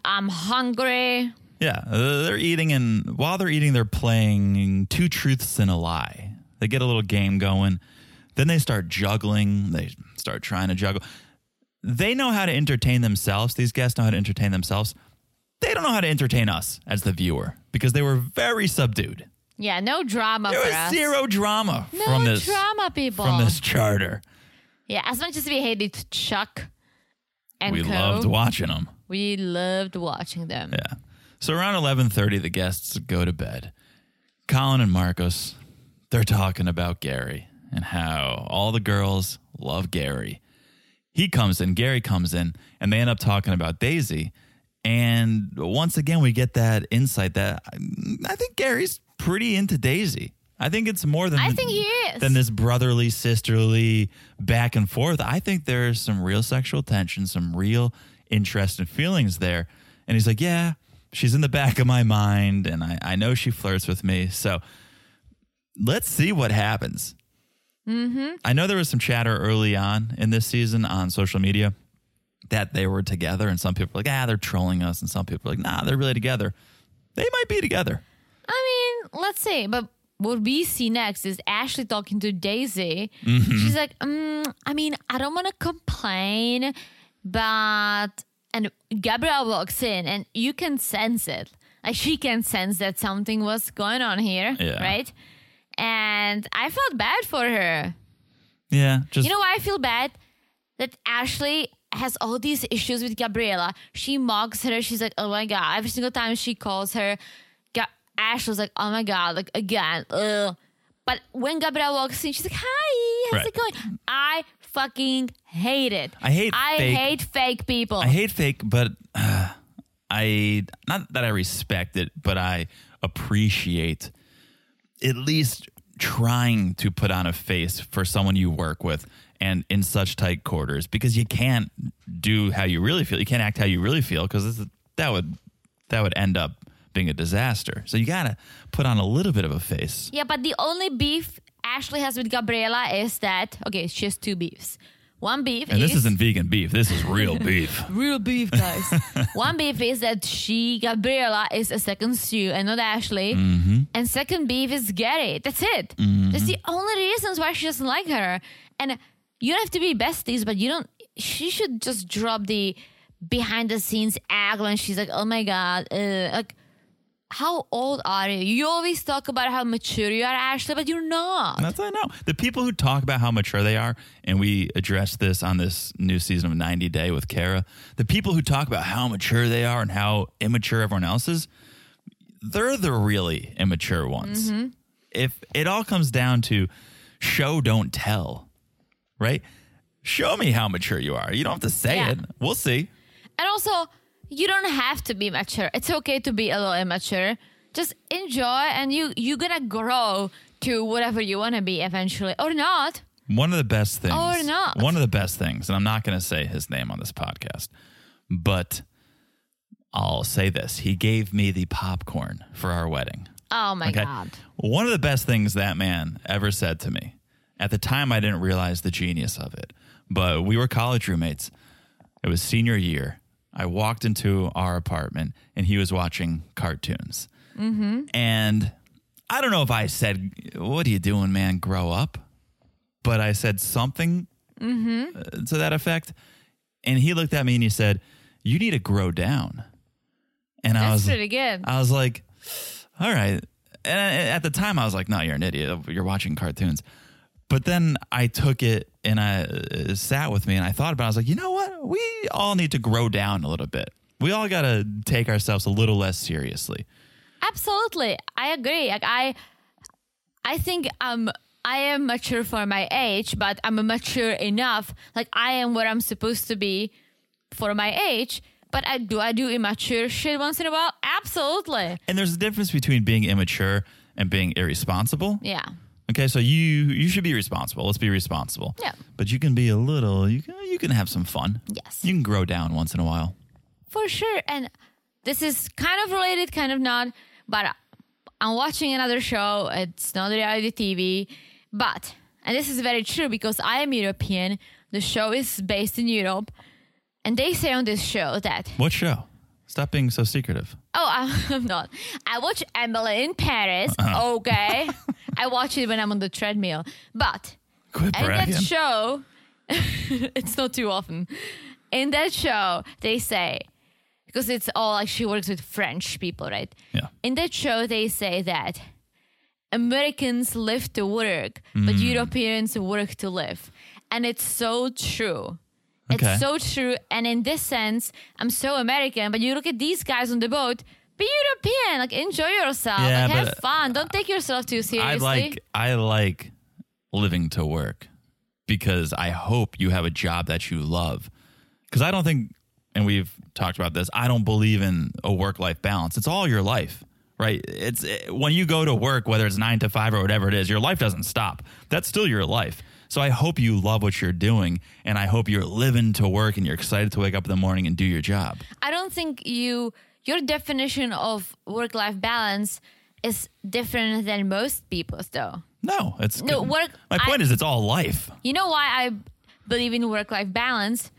S5: I'm hungry.
S4: Yeah, uh, they're eating, and while they're eating, they're playing two truths and a lie. They get a little game going. Then they start juggling. They start trying to juggle. They know how to entertain themselves. These guests know how to entertain themselves. They don't know how to entertain us as the viewer because they were very subdued.
S5: Yeah, no drama
S4: There
S5: for
S4: was
S5: us.
S4: zero drama
S5: no
S4: from this
S5: drama, people.
S4: from this charter.
S5: Yeah, as much as we hated Chuck and
S4: we
S5: Co,
S4: loved watching them.
S5: we loved watching them.
S4: Yeah. So around 11:30 the guests go to bed. Colin and Marcos they're talking about Gary and how all the girls love Gary. He comes in, Gary comes in, and they end up talking about Daisy. And once again we get that insight that mm, I think Gary's pretty into Daisy. I think it's more than
S5: I think he is.
S4: than this brotherly, sisterly back and forth. I think there's some real sexual tension, some real interest and feelings there. And he's like, Yeah, she's in the back of my mind, and I, I know she flirts with me. So let's see what happens. Mm-hmm. I know there was some chatter early on in this season on social media that they were together, and some people were like, Ah, they're trolling us, and some people were like, Nah, they're really together. They might be together.
S5: I mean, let's see. But what we see next is Ashley talking to Daisy.
S4: Mm-hmm.
S5: She's like, mm, I mean, I don't want to complain, but. And Gabrielle walks in, and you can sense it. Like, she can sense that something was going on here,
S4: Yeah.
S5: right? And I felt bad for her.
S4: Yeah, just
S5: You know why I feel bad? That Ashley has all these issues with Gabriella. She mocks her. She's like, oh my God. Every single time she calls her, Ga- Ashley's like, oh my God, like again. Ugh. But when Gabriella walks in, she's like, hi, how's
S4: Right.
S5: it going? I fucking hate it.
S4: I hate
S5: I
S4: fake-
S5: hate fake people.
S4: I hate fake, but uh, I not that I respect it, but I appreciate at least trying to put on a face for someone you work with and in such tight quarters because you can't do how you really feel. You can't act how you really feel because that would that would end up being a disaster. So you gotta put on a little bit of a face.
S5: Yeah, but the only beef Ashley has with Gabriella is that okay, she has two beefs. One beef
S4: And
S5: is
S4: this isn't vegan beef. This is real beef.
S5: real beef, guys. (laughs) One beef is that she, Gabriela, is a second Sue and not Ashley. And second beef is Gary. That's it. That's the only reasons why she doesn't like her. And you don't have to be besties, but you don't. She should just drop the behind the scenes act when she's like, "Oh my god, uh, like." How old are you? You always talk about how mature you are, Ashley, but you're not.
S4: That's I know. The people who talk about how mature they are, and we addressed this on this new season of 90 Day with Kara. The people who talk about how mature they are and how immature everyone else is, they're the really immature ones. If it all comes down to show, don't tell, right? Show me how mature you are. You don't have to say
S5: Yeah.
S4: it. We'll see.
S5: And also, you don't have to be mature. It's okay to be a little immature. Just enjoy, and you you're gonna grow to whatever you wanna be eventually, or not.
S4: One of the best things.
S5: Or not.
S4: One of the best things, and I'm not going to say his name on this podcast, but I'll say this. He gave me the popcorn for our wedding.
S5: Oh my god!
S4: One of the best things that man ever said to me. At the time, I didn't realize the genius of it, but we were college roommates. It was senior year. I walked into our apartment and he was watching cartoons. Mm-hmm. And I don't know if I said, What are you doing, man? Grow up. But I said something
S5: Mm-hmm.
S4: uh, to that effect. And he looked at me and he said, You need to grow down. And I
S5: That's
S4: was uh,
S5: pretty good.
S4: I was like, all right. And I- at the time, I was like, no, you're an idiot. You're watching cartoons. But then I took it and I it sat with me and I thought about it. I was like, you know what? We all need to grow down a little bit. We all got to take ourselves a little less seriously.
S5: Absolutely, I agree. Like I, I think um I am mature for my age, but I'm mature enough. Like I am where I'm supposed to be for my age. But I do I do immature shit once in a while. Absolutely.
S4: And there's a difference between being immature and being irresponsible.
S5: Yeah.
S4: Okay, so you you should be responsible. Let's be responsible.
S5: Yeah.
S4: But you can be a little. You can you can have some fun.
S5: Yes.
S4: You can grow down once in a while.
S5: For sure. And this is kind of related, kind of not, but I'm watching another show. It's not reality TV. But, and this is very true because I am European, the show is based in Europe. And they say on this show that,
S4: What show? Stop being so secretive.
S5: oh, (laughs) I'm, I'm not. I watch Emily in Paris. Okay. I watch it when I'm on the treadmill. But
S4: Quit
S5: in
S4: bragging.
S5: that show, (laughs) it's not too often. In that show, they say, because it's all like she works with French people, right?
S4: Yeah.
S5: In that show, they say that
S4: Mm.
S5: Americans live to work, but Europeans work to live. And it's so true.
S4: Okay.
S5: It's so true. And in this sense, I'm so American, but you look at these guys on the boat, be European, like enjoy yourself,
S4: Yeah,
S5: like have
S4: but
S5: fun. Don't take yourself too seriously.
S4: I like I like living to work because I hope you have a job that you love. Because I don't think, and we've talked about this. I don't believe in a work life balance. It's all your life, right? It's it, when you go to work, whether it's nine to five or whatever it is, your life doesn't stop. That's still your life. So I hope you love what you're doing, and I hope you're living to work, and you're excited to wake up in the morning and do your job.
S5: I don't think you your definition of work life balance is different than most people's though.
S4: No, it's
S5: No, work-
S4: Mm-hmm. My
S5: I-
S4: point is, it's all life.
S5: You know why I believe in work life balance?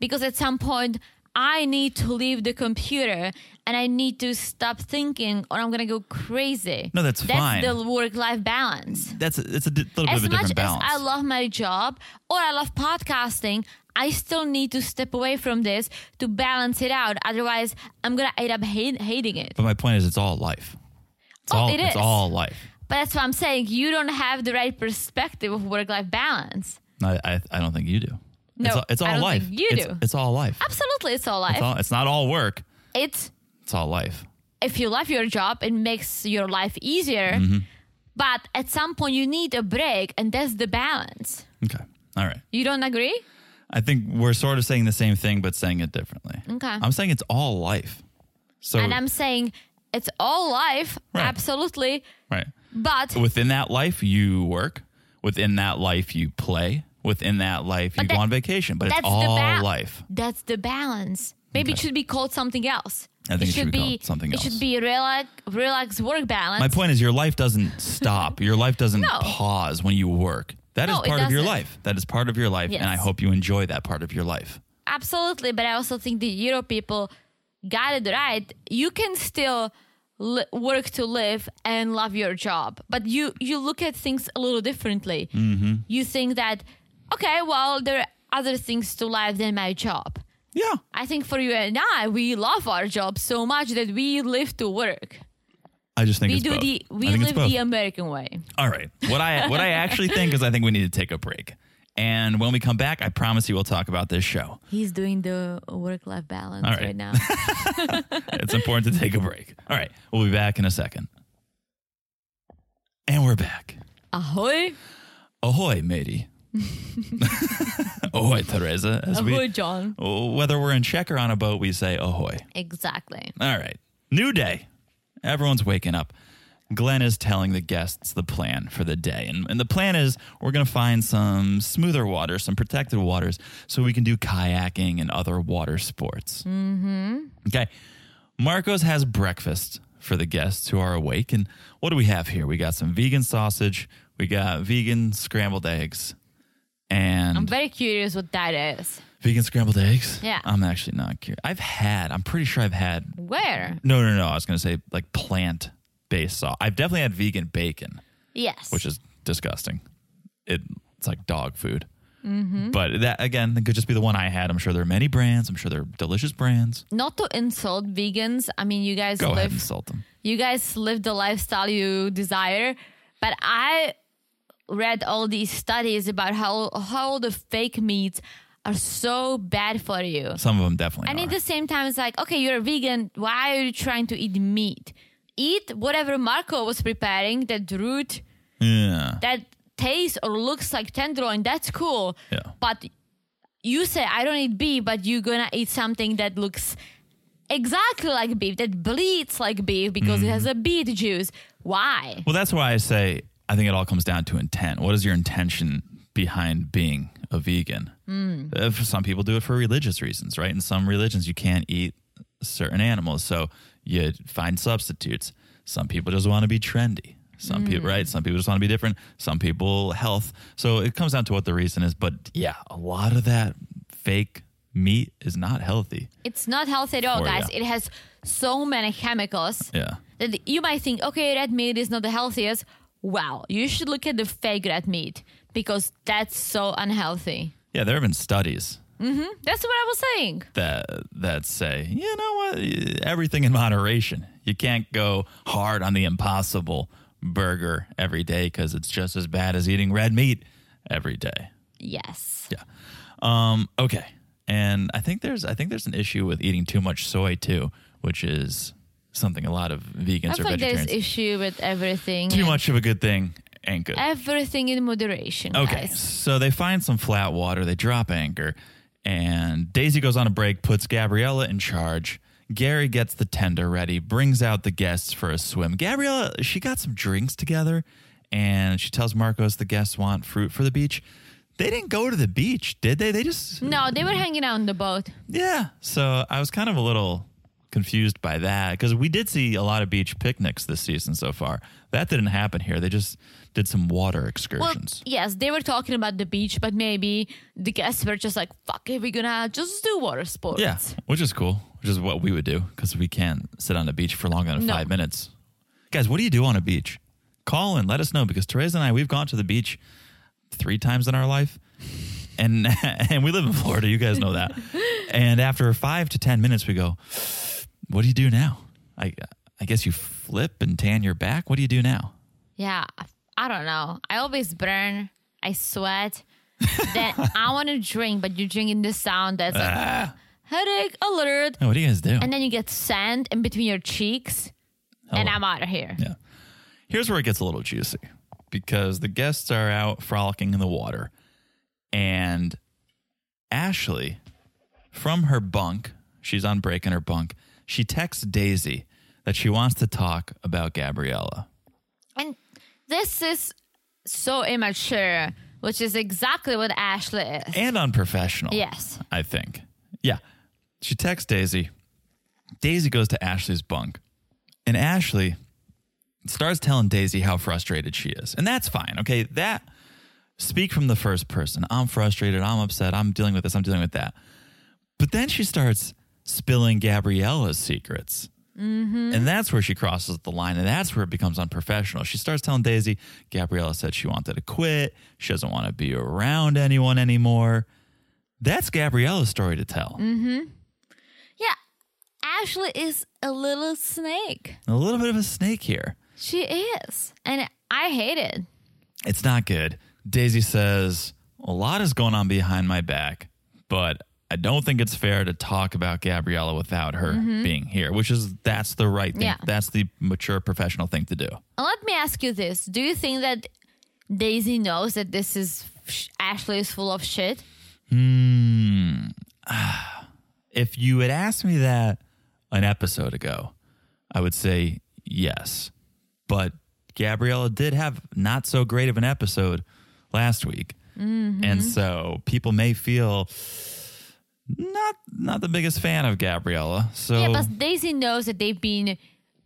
S5: Because at some point I need to leave the computer and I need to stop thinking or I'm going to go crazy.
S4: No, that's fine.
S5: That's the work life balance.
S4: That's it's a di- little bit of
S5: As
S4: a
S5: much
S4: different
S5: as
S4: balance.
S5: I love my job or I love podcasting, I still need to step away from this to balance it out. Otherwise, I'm going to end up hate, hating it.
S4: But my point is, it's all life. It's
S5: Oh,
S4: all,
S5: it
S4: It's
S5: is.
S4: all life.
S5: But that's what I'm saying. You don't have the right perspective of work life balance.
S4: I, I, I don't think you do.
S5: No,
S4: it's all, it's all
S5: I don't
S4: life.
S5: think you
S4: it's,
S5: do.
S4: It's all life.
S5: Absolutely, it's all life.
S4: It's, all, it's not all work.
S5: it's
S4: It's all life.
S5: if you love your job, it makes your life easier.
S4: Mm-hmm.
S5: But at some point, you need a break, and that's the balance.
S4: Okay. All right.
S5: You don't agree?
S4: I think we're sort of saying the same thing, but saying it differently.
S5: Okay.
S4: I'm saying it's all life. So
S5: And I'm saying it's all life,
S4: Right.
S5: absolutely.
S4: right
S5: But
S4: within that life, you work. Within that life, you play. Within that life, you
S5: that-
S4: go on vacation. But it's
S5: that's the
S4: all
S5: ba-
S4: life.
S5: that's the balance. Maybe it
S4: Okay.
S5: should be called something else.
S4: I think it should be called something
S5: it
S4: else.
S5: should be relax, relax work balance.
S4: My point is, your life doesn't stop. Your life doesn't
S5: No.
S4: pause when you work. That is
S5: No, it
S4: part of your
S5: doesn't.
S4: life. That is part of your life,
S5: Yes.
S4: and I hope you enjoy that part of your life.
S5: absolutely but i also think the euro people got it right you can still li- work to live and love your job but you you look at things a little differently
S4: Mm-hmm.
S5: you think that okay well there are other things to life than my job
S4: Yeah,
S5: i think for you and i we love our job so much that we live to work
S4: I just think
S5: we
S4: it's
S5: do
S4: both.
S5: the
S4: I
S5: we
S4: think it's
S5: live
S4: both.
S5: the american way
S4: All right, what I what I actually think is, I think we need to take a break, and when we come back, I promise you we'll talk about this show.
S5: he's doing the work life balance
S4: All right.
S5: right
S4: (laughs)
S5: now
S4: It's important to take a break. All right, we'll be back in a second, and we're back.
S5: ahoy
S4: Ahoy,
S5: (laughs)
S4: matey. ahoy, Teresa. As
S5: ahoy
S4: we,
S5: john
S4: whether we're in check or on a boat, we say ahoy.
S5: exactly
S4: All right. New day. Everyone's waking up. Glenn is telling the guests the plan for the day. And, and the plan is we're going to find some smoother waters, some protected waters, so we can do kayaking and other water sports. Mm-hmm. Okay. Marcos has breakfast for the guests who are awake. And what do we have here? We got some vegan sausage, we got vegan scrambled eggs, and
S5: i'm very curious what that is
S4: vegan scrambled eggs.
S5: Yeah.
S4: I'm actually not curious. I've had, I'm pretty sure I've had
S5: where
S4: no, no, no. I was going to say like plant based sauce. I've definitely had vegan bacon,
S5: Yes.
S4: which is disgusting. It, it's like dog food. But that, again, that could just be the one I had. I'm sure there are many brands. I'm sure there are delicious brands.
S5: not to insult vegans. I mean, you guys
S4: Go ahead and
S5: live
S4: salt them.
S5: you guys live the lifestyle you desire, but I read all these studies about how how all the fake meats are so bad for you.
S4: Some of them definitely
S5: And
S4: are.
S5: at the same time, it's like, okay, you're a vegan. Why are you trying to eat meat? Eat whatever Marco was preparing that root
S4: yeah.
S5: that tastes or looks like tenderloin. That's cool.
S4: Yeah.
S5: But you say I don't eat beef, but you're gonna eat something that looks exactly like beef, that bleeds like beef because it has a beet juice. Why?
S4: Well, that's why I say I think it all comes down to intent. What is your intention behind being a vegan? Uh, for some people do it for religious reasons, right? In some religions, you can't eat certain animals, so you find substitutes. Some people just want to be trendy. Some people, right? Some people just want to be different. Some people, health. So it comes down to what the reason is. But yeah, a lot of that fake meat is not healthy.
S5: It's not healthy at all,
S4: Oh,
S5: guys.
S4: yeah.
S5: It has so many chemicals
S4: Yeah.
S5: that you might think, okay, red meat is not the healthiest. Wow, you should look at the fake red meat because that's so unhealthy.
S4: Yeah, there have been studies
S5: That's what I was saying.
S4: that that say, you know what, everything in moderation. You can't go hard on the impossible burger every day because it's just as bad as eating red meat every day.
S5: Yes.
S4: Yeah. Um, okay. And I think there's I think there's an issue with eating too much soy too, which is something a lot of vegans
S5: I
S4: or
S5: feel like there's
S4: vegetarians.
S5: issue with everything.
S4: too
S5: and
S4: much of a good thing ain't good.
S5: Everything in moderation.
S4: Okay.
S5: guys.
S4: So they find some flat water, they drop anchor, and Daisy goes on a break, puts Gabriella in charge. Gary gets the tender ready, brings out the guests for a swim. Gabriella, she got some drinks together, and she tells Marcos the guests want fruit for the beach. They didn't go to the beach, did they? They just
S5: No, they were hanging out on the boat.
S4: Yeah. So I was kind of a little confused by that because we did see a lot of beach picnics this season so far. That didn't happen here. They just did some water
S5: Well,
S4: excursions.
S5: yes, they were talking about the beach, but maybe the guests were just like, "Fuck it, we're gonna just do water sports."
S4: yeah, which is cool, which is what we would do because we can't sit on the beach for longer than
S5: No.
S4: five minutes. Guys, what do you do on a beach? Call and let us know because Teresa and I, we've gone to the beach three times in our life. And, (laughs) and we live in Florida. You guys know that. and after five to 10 minutes, we go, what do you do now? I, I guess you flip and tan your back. What do you do now?
S5: Yeah, I don't know. I always burn.
S4: (laughs)
S5: I sweat. then I want to drink, but you're drinking the sound that's like
S4: Ah.
S5: headache alert,
S4: No, what do you guys do?
S5: and then you get sand in between your cheeks, and
S4: Oh, wow.
S5: I'm out of here.
S4: Yeah. Here's where it gets a little juicy because the guests are out frolicking in the water. And Ashley, from her bunk, she's on break in her bunk, she texts Daisy that she wants to talk about Gabriella.
S5: And this is so immature, which is exactly what Ashley is.
S4: and unprofessional.
S5: Yes.
S4: I think. Yeah. She texts Daisy. Daisy goes to Ashley's bunk, and Ashley starts telling Daisy how frustrated she is. And that's fine. Okay. That speak from the first person. I'm frustrated. I'm upset. I'm dealing with this. I'm dealing with that. But then she starts spilling Gabriella's secrets. And that's where she crosses the line, and that's where it becomes unprofessional. She starts telling Daisy, Gabriella said she wanted to quit. She doesn't want to be around anyone anymore. That's Gabriella's story to tell.
S5: Yeah, Ashley is a little snake.
S4: A little bit of a snake here.
S5: She is. And I hate it.
S4: It's not good. Daisy says, A lot is going on behind my back, but I don't think it's fair to talk about Gabriella without her being here, which is that's the right thing.
S5: Yeah.
S4: That's the mature professional thing to do.
S5: And let me ask you this Do you think that Daisy knows that this is Ashley is full of shit?
S4: Hmm. (sighs) if you had asked me that an episode ago, I would say yes. But Gabriella did have not so great of an episode last week.
S5: Mm-hmm.
S4: And so people may feel not not the biggest fan of Gabriella. So
S5: Yeah, but Daisy knows that they've been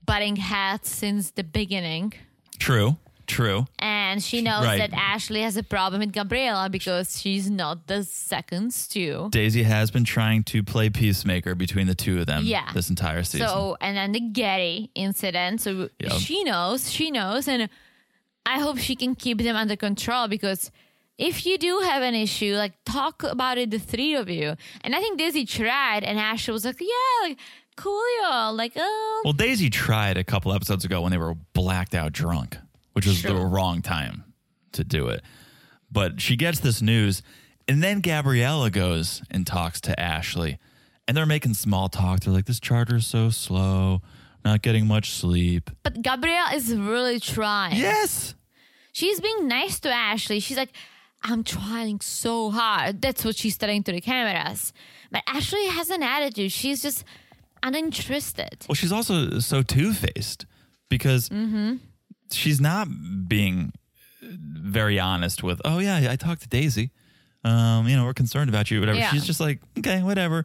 S5: butting heads since the beginning.
S4: true, true.
S5: And she knows
S4: Right.
S5: that Ashley has a problem with Gabriella because she's not the second stew.
S4: Daisy has been trying to play peacemaker between the two of them
S5: Yeah.
S4: this entire season.
S5: So, and then the Getty incident. So
S4: Yeah.
S5: she knows, she knows, and I hope she can keep them under control because if you do have an issue, like talk about it, the three of you. And I think Daisy tried, and Ashley was like, yeah, like, cool, y'all. Like, oh,
S4: Well, Daisy tried a couple episodes ago when they were blacked out drunk, which was the
S5: Sure.
S4: wrong time to do it. But she gets this news, and then Gabriella goes and talks to Ashley, and they're making small talk. They're like, "This charter is so slow, not getting much sleep."
S5: but Gabrielle is really trying.
S4: Yes,
S5: She's being nice to Ashley. She's like, I'm trying so hard. That's what she's telling to the cameras. But Ashley has an attitude. She's just uninterested.
S4: Well, she's also so two faced because she's not being very honest with, oh, yeah, I talked to Daisy. Um, you know, we're concerned about you, whatever.
S5: Yeah.
S4: She's just like, okay, whatever.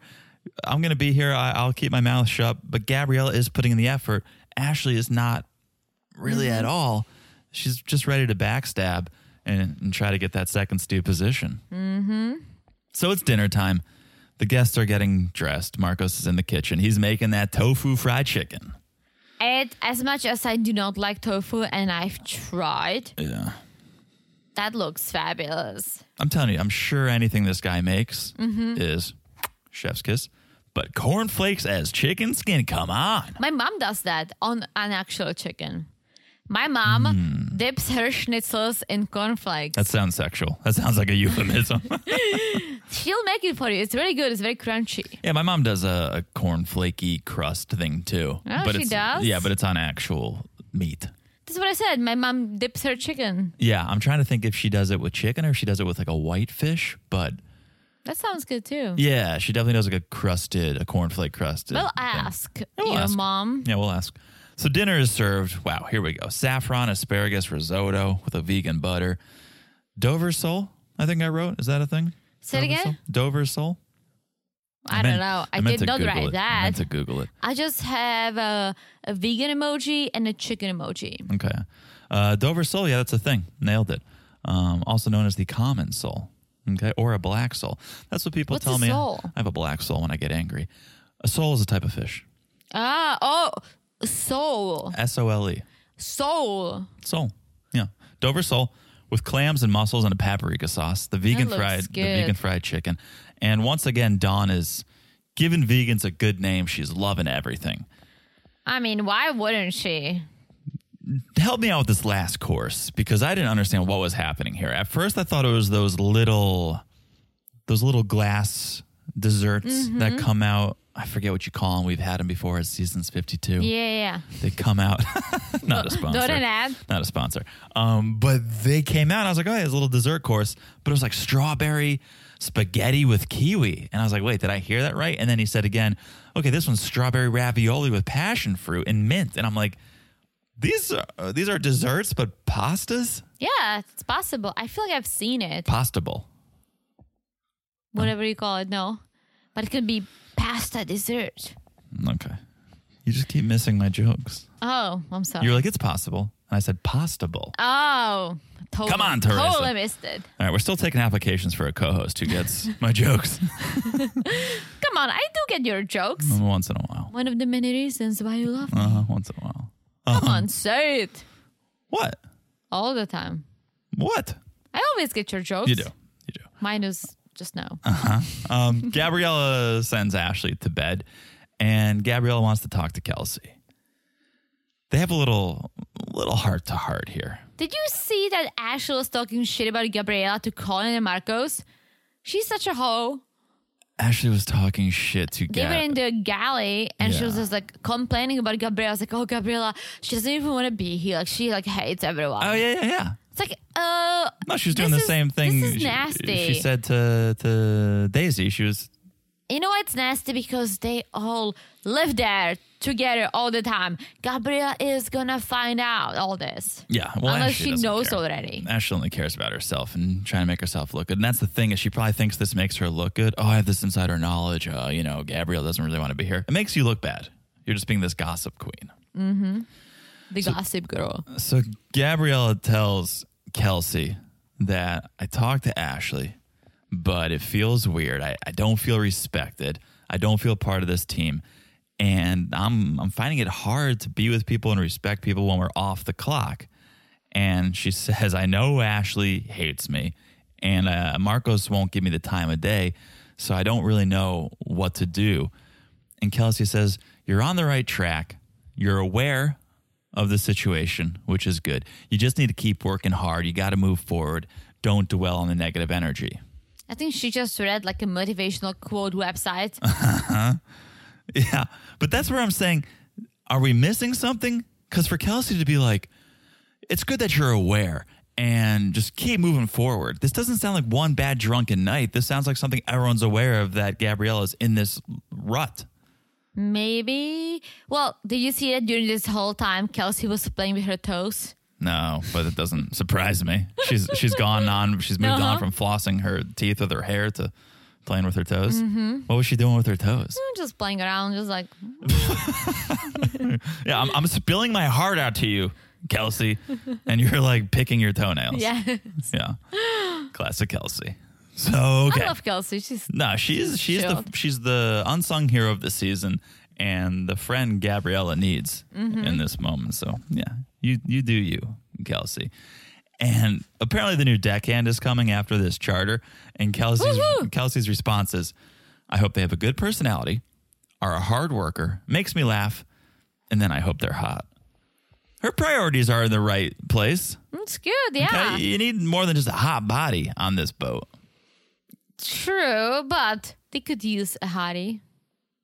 S4: I'm going to be here. I, I'll keep my mouth shut. But Gabriella is putting in the effort. Ashley is not really at all. She's just ready to backstab and, and try to get that second stew position. So it's dinner time. The guests are getting dressed. Marcos is in the kitchen. He's making that tofu fried chicken.
S5: It, as much as I do not like tofu and I've tried,
S4: Yeah.
S5: that looks fabulous.
S4: I'm telling you, I'm sure anything this guy makes
S5: Mm-hmm.
S4: is chef's kiss. But cornflakes as chicken skin, come on.
S5: My mom does that on an actual chicken. My mom
S4: Hmm.
S5: dips her schnitzels in cornflakes.
S4: That sounds sexual. That sounds like a
S5: (laughs)
S4: euphemism. (laughs)
S5: She'll make it for you. It's really good. It's very crunchy.
S4: yeah, my mom does a, a corn flaky crust thing too.
S5: Oh,
S4: but
S5: she
S4: it's,
S5: does?
S4: Yeah, but it's on actual meat.
S5: That's what I said. My mom dips her chicken.
S4: Yeah, I'm trying to think if she does it with chicken or if she does it with like a white fish, but
S5: That sounds good too.
S4: yeah, she definitely does like a crusted, a cornflake crusted.
S5: We'll
S4: thing.
S5: ask
S4: we'll
S5: your
S4: ask.
S5: mom.
S4: Yeah, we'll ask. So dinner is served. Wow, here we go. Saffron asparagus risotto with a vegan butter. Dover sole, I think I wrote. Is that a thing?
S5: Say it
S4: Dover
S5: again?
S4: sole? Dover sole?
S5: I,
S4: meant-
S5: don't know. I,
S4: meant
S5: did
S4: to
S5: not
S4: Google
S5: write
S4: it. I
S5: that.
S4: meant to Google it.
S5: I just have a, a vegan emoji and a chicken emoji.
S4: Okay. Uh, Dover sole, yeah, that's a thing. Nailed it. Um, also known as the common sole, okay, or a black sole. That's what people
S5: What's
S4: tell
S5: a
S4: me.
S5: sole?
S4: I have a black sole when I get angry. A sole is a type of fish.
S5: Ah, oh, soul.
S4: S O L E.
S5: Soul.
S4: Sole. Yeah. Dover sole with clams and mussels and a paprika sauce. The vegan
S5: looks
S4: fried the
S5: good.
S4: vegan fried chicken. And once again, Dawn is giving vegans a good name. She's loving everything.
S5: I mean, why wouldn't she?
S4: help me out with this last course because I didn't understand what was happening here. At first, I thought it was those little, those little glass desserts
S5: Mm-hmm.
S4: that come out. I forget what you call them. We've had them before at seasons fifty-two.
S5: Yeah, yeah.
S4: They come out. (laughs) not
S5: (laughs)
S4: a sponsor.
S5: an ad.
S4: Not a sponsor. Um, but they came out. And I was like, oh, yeah, it's a little dessert course. But it was like strawberry spaghetti with kiwi. And I was like, wait, did I hear that right? And then he said again, okay, this one's strawberry ravioli with passion fruit and mint. And I'm like, these are, these are desserts, but pastas?
S5: Yeah, it's possible. I feel like I've seen it.
S4: Postable.
S5: Whatever you call it, no. But it could be pasta dessert.
S4: Okay. You just keep missing my jokes.
S5: Oh, I'm sorry.
S4: You're like, it's possible. And I said, postable.
S5: oh, totally,
S4: Come on, Teresa.
S5: Totally missed it.
S4: All right, we're still taking applications for a co host who gets my jokes (laughs)
S5: Come on, I do get your jokes.
S4: once in a while.
S5: One of the many reasons why you love me.
S4: Uh, once in a while. Uh-huh.
S5: Come on, say it
S4: What?
S5: all the time.
S4: What?
S5: I always get your jokes.
S4: You do. Uh. You do.
S5: Mine is just now.
S4: Um, Gabriella sends Ashley to bed, and Gabriella wants to talk to Kelsey. They have a little, little heart to heart here.
S5: Did you see that Ashley was talking shit about Gabriela to Colin and Marcos? She's such a hoe.
S4: Ashley was talking shit to
S5: They
S4: Gab.
S5: were in the galley and she was
S4: Yeah.
S5: just like complaining about Gabriela. I was like, oh, Gabriela, she doesn't even want to be here. Like, she like hates everyone.
S4: oh yeah, yeah, yeah.
S5: It's like, uh,
S4: No, she was doing the
S5: this is-
S4: same thing.
S5: This is
S4: she-
S5: nasty.
S4: She, said to to Daisy, she was
S5: you know why it's nasty? Because they all live there together all the time. Gabriela is gonna find out all this.
S4: yeah. Well,
S5: Unless
S4: Ashley
S5: she
S4: doesn't
S5: knows
S4: care.
S5: already.
S4: Ashley only cares about herself and trying to make herself look good. And that's the thing is she probably thinks this makes her look good. Oh, I have this insider knowledge. Uh, you know, Gabrielle doesn't really want to be here. It makes you look bad. You're just being this gossip queen.
S5: The gossip girl.
S4: So Gabriella tells Kelsey that I talked to Ashley, but it feels weird. I, I don't feel respected. I don't feel part of this team. And I'm I'm finding it hard to be with people and respect people when we're off the clock. And she (laughs) says, I know Ashley hates me, and uh, Marcos won't give me the time of day, so I don't really know what to do. And Kelsey says, You're on the right track. You're aware of the situation, which is good. You just need to keep working hard. You got to move forward. Don't dwell on the negative energy. (laughs)
S5: I think she just read like a motivational quote
S4: (laughs)
S5: website.
S4: Yeah. But that's where I'm saying, are we missing something? Because for Kelsey to be like, it's good that you're aware and just keep moving forward. This doesn't sound like one bad drunken night. This sounds like something everyone's aware of that Gabriella's in this rut.
S5: Maybe. Well, did you see that during this whole time, Kelsey was playing with her toes?
S4: No, but it doesn't surprise me. She's she's gone on. She's moved on
S5: Uh-huh.
S4: from flossing her teeth with her hair to playing with her toes.
S5: Mm-hmm.
S4: What was she doing with her toes?
S5: I'm just playing around, just like, (laughs)
S4: Yeah, I'm, I'm spilling my heart out to you, Kelsey, and you're like picking your
S5: (laughs)
S4: toenails.
S5: yeah.
S4: yeah, classic Kelsey. So okay,
S5: I love Kelsey. She's
S4: no, she's she's the
S5: Chilled.
S4: she's the unsung hero of the season and the friend Gabriella needs
S5: Mm-hmm.
S4: in this moment. So yeah, you you do you, Kelsey. And apparently the new deckhand is coming after this charter. And Kelsey's
S5: Woohoo!
S4: Kelsey's response is, I hope they have a good personality, are a hard worker, makes me laugh, and then I hope they're hot. Her priorities are in the right place.
S5: It's good, yeah.
S4: Okay, You need more than just a hot body on this boat.
S5: True, but they could use a hottie.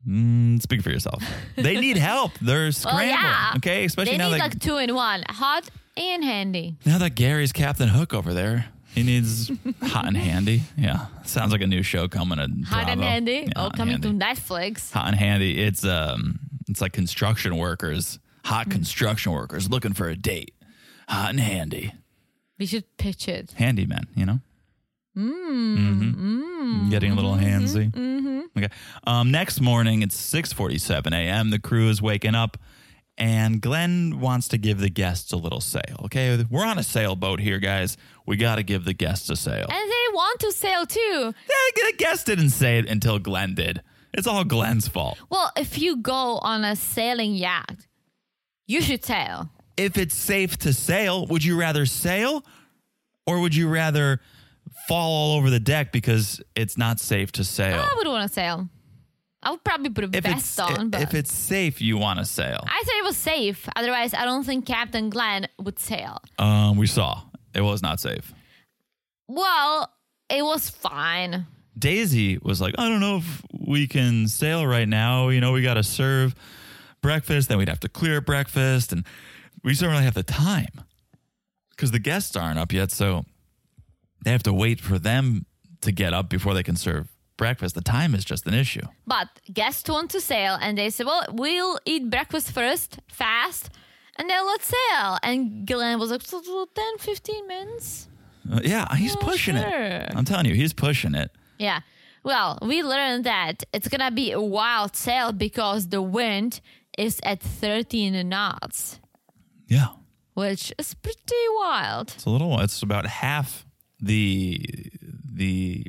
S4: Mm, speak for yourself. they need help.
S5: (laughs)
S4: They're scrambling.
S5: yeah.
S4: Okay, especially
S5: They
S4: now
S5: need
S4: that
S5: like two in one, hot and handy.
S4: now that Gary's Captain Hook over there. He needs hot and handy. Yeah, sounds like a new show coming. To
S5: Hot and
S4: Bravo.
S5: handy.
S4: Yeah,
S5: oh,
S4: Hot and
S5: coming
S4: Handy.
S5: to Netflix.
S4: hot and handy. It's um, it's like construction workers, hot construction workers looking for a date. Hot and handy,
S5: We should pitch it.
S4: handyman. You know. Mm. hmm Getting a little handsy. Mm-hmm. Okay. Um, next morning, it's six forty-seven a.m. The crew is waking up, and Glenn wants to give the guests a little sail. Okay, we're on a sailboat here, guys. We got to give the guests a sail.
S5: And they want to sail too.
S4: Yeah, the guests didn't say it until Glenn did. It's all Glenn's fault.
S5: Well, if you go on a sailing yacht, you should sail.
S4: if it's safe to sail, would you rather sail or would you rather fall all over the deck because it's not safe to sail?
S5: I would want to sail. I would probably put a
S4: If
S5: vest
S4: it's,
S5: on, but
S4: if it's safe, you want to sail.
S5: I said it was safe. Otherwise, I don't think Captain Glenn would sail.
S4: Um, we saw it was not safe.
S5: Well, it was fine.
S4: Daisy was like, I don't know if we can sail right now. You know, we got to serve breakfast, then we'd have to clear breakfast, and we just don't really have the time because the guests aren't up yet. So they have to wait for them to get up before they can serve breakfast. The time is just an issue.
S5: But guests want to sail, and they said, "Well, we'll eat breakfast first, fast, and then let's sail." And Glenn was like, "So, so 10, 15 minutes."
S4: Uh, yeah, he's
S5: Yeah,
S4: pushing
S5: sure.
S4: it. I'm telling you, he's pushing it.
S5: Yeah. Well, we learned that it's gonna be a wild sail because the wind is at 13 knots,
S4: Yeah,
S5: which is pretty wild.
S4: it's a little. It's about half the the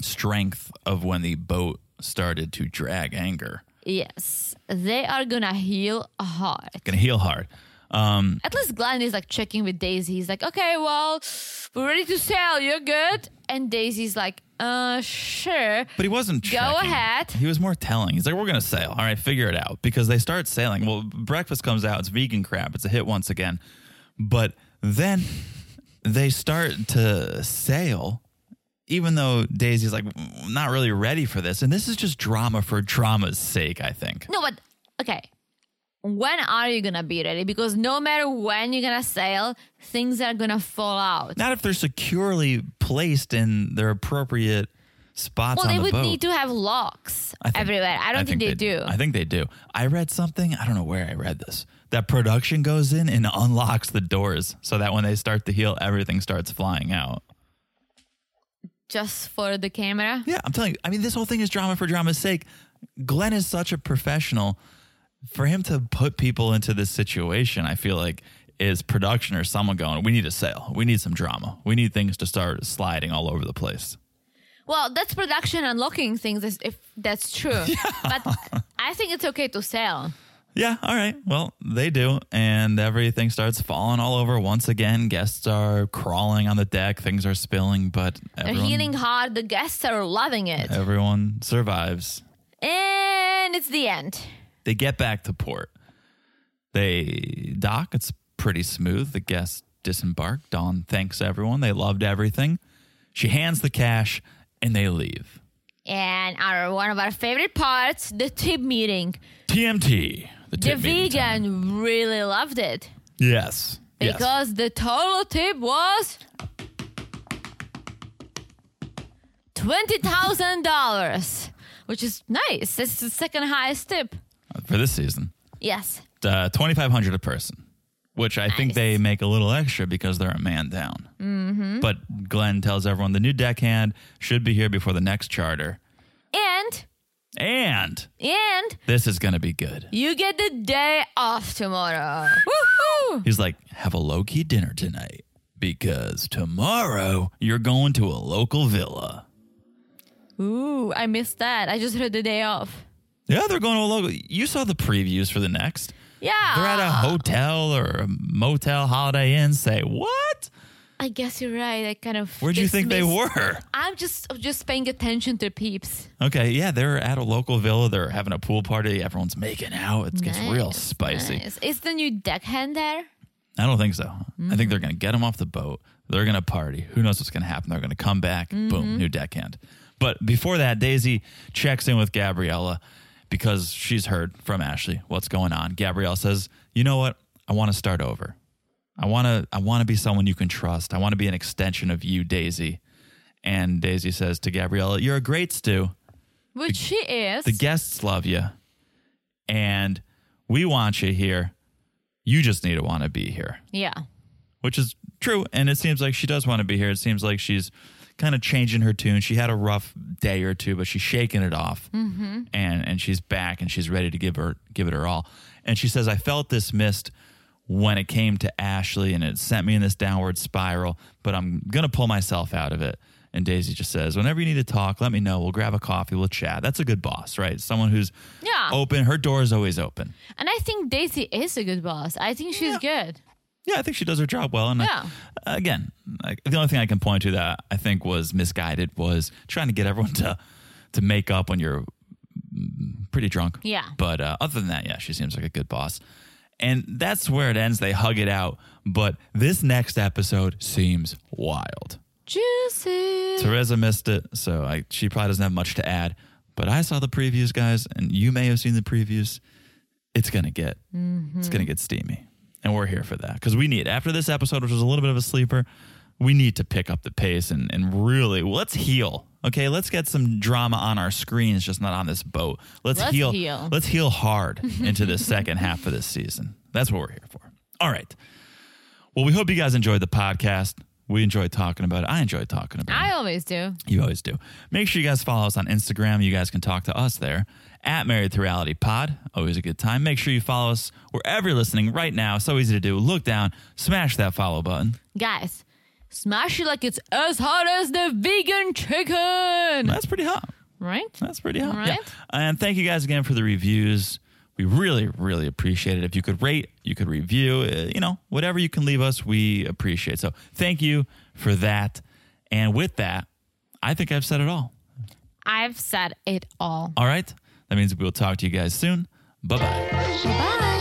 S4: strength of when the boat started to drag anchor.
S5: Yes, they are gonna heal hard.
S4: Gonna heel hard. Um,
S5: At least Glenn is like checking with Daisy. He's like, okay, well, we're ready to sail. You're good. And Daisy's like, uh, sure.
S4: but he wasn't.
S5: Go
S4: checking.
S5: ahead.
S4: He was more telling. He's like, "We're gonna sail. All right, figure it out." Because they start sailing. Well, breakfast comes out. It's vegan crap. It's a hit once again. But then they start to sail, even though Daisy's like, "I'm not really ready for this. And this is just drama for drama's sake, I think.
S5: No, but okay. When are you gonna be ready? Because no matter when you're gonna sail, things are gonna fall out.
S4: Not if they're securely placed in their appropriate spots
S5: well,
S4: on
S5: they
S4: the
S5: would
S4: boat.
S5: need to have locks
S4: I think-
S5: everywhere. I don't think, they, do.
S4: I think they do. I read something, I don't know where I read this, that production goes in and unlocks the doors so that when they start to heal, everything starts flying out.
S5: Just for the camera.
S4: Yeah, I'm telling you. I mean, this whole thing is drama for drama's sake. Glenn is such a professional. For him to put people into this situation, I feel like is production or someone going, we need a sale. We need some drama. We need things to start sliding all over the place.
S5: Well, that's production unlocking things is- if that's true.
S4: (laughs)
S5: But I think it's okay to sail.
S4: Yeah, all right. Well, they do. And everything starts falling all over once again. Guests are crawling on the deck, things are spilling, but
S5: They're
S4: everyone,
S5: healing hard. The guests are loving it.
S4: everyone survives.
S5: And it's the end.
S4: They get back to port. They dock. It's pretty smooth. The guests disembark. Dawn thanks everyone. They loved everything. She hands the cash and they leave.
S5: And our one of our favorite parts, the tip meeting.
S4: TMT. The,
S5: The
S4: tip meeting time.
S5: vegan really loved it
S4: Yes. yes.
S5: because the total tip was twenty thousand dollars, which is nice. That's the second highest tip.
S4: For this season.
S5: Yes,
S4: uh, 2500 a person which i think
S5: Nice.
S4: they make a little extra because they're a man down mm-hmm. but glenn tells everyone the new deckhand should be here before the next charter
S5: and
S4: and
S5: and
S4: this is gonna be good
S5: you get the day off tomorrow. Woohoo!
S4: he's like have a low-key dinner tonight because tomorrow you're going to a local villa
S5: Ooh, I missed that. I just heard the day off.
S4: yeah they're going to a local you saw the previews for the next
S5: Yeah,
S4: they're at a hotel or a motel holiday inn say what
S5: I guess you're right. I kind of.
S4: Where'd you think they
S5: dismissed-
S4: were?
S5: I'm just I'm just paying attention to peeps.
S4: Okay, yeah, they're at a local villa. They're having a pool party. Everyone's making out. It gets real
S5: Nice,
S4: spicy.
S5: nice. Is the new deckhand there?
S4: I don't think so. I
S5: Mm.
S4: think they're going to get him off the boat. They're going to party. Who knows what's going to happen? They're going to come back.
S5: Mm-hmm.
S4: Boom, new deckhand. But before that, Daisy checks in with Gabriella because she's heard from Ashley what's going on. Gabriella says, "You know what? I want to start over. I want to I want to be someone you can trust. I want to be an extension of you, Daisy." And Daisy says to Gabriella, "You're a great stew."
S5: Which she is.
S4: The guests love you, and we want you here. You just need to want to be here,
S5: yeah.
S4: which is true. And it seems like she does want to be here. It seems like she's kind of changing her tune. She had a rough day or two, but she's shaking it off, mm-hmm. and and she's back and she's ready to give her give it her all. And she says, "I felt this mist." When it came to Ashley and it sent me in this downward spiral, but I'm gonna pull myself out of it. And Daisy just says, Whenever you need to talk, let me know. We'll grab a coffee, we'll chat. That's a good boss, right? Someone who's
S5: Yeah.
S4: open. Her door is always open.
S5: And I think Daisy is a good boss. I think she's good.
S4: Yeah, I think she does her job well. And I-
S5: Yeah.
S4: again, like, the only thing I can point to that I think was misguided was trying to get everyone to to make up when you're mm, pretty drunk.
S5: Yeah.
S4: But uh, other than that, yeah, she seems like a good boss. And that's where it ends. They hug it out. But this next episode seems wild.
S5: Juicy.
S4: Teresa missed it, so I, she probably doesn't have much to add. But I saw the previews, guys, and you may have seen the previews. It's gonna get, it's gonna get steamy, and we're here for that because we need after this episode, which was a little bit of a sleeper. We need to pick up the pace and and really let's heal. Okay, let's get some drama on our screens, just not on this boat. Let's,
S5: Let's
S4: heal.
S5: heal.
S4: Let's heal (laughs) hard into the second half of this season. That's what we're here for. All right. Well, we hope you guys enjoyed the podcast. We enjoyed talking about it. I enjoyed talking about it.
S5: I always do.
S4: You always do. Make sure you guys follow us on Instagram. You guys can talk to us there at Married to Reality Pod. Always a good time. Make sure you follow us wherever you're listening right now. So easy to do. Look down, smash that follow button.
S5: Guys, smash it like it's as hot as the vegan chicken.
S4: That's pretty hot.
S5: Right?
S4: That's pretty hot.
S5: All right.
S4: And thank you guys again for the reviews. We really, really appreciate it. If you could rate, you could review, uh, you know, whatever you can leave us, we appreciate. So thank you for that. And with that, I think I've said it all.
S5: I've said it all.
S4: All right. That means we'll talk to you guys soon. Bye bye.
S5: Bye.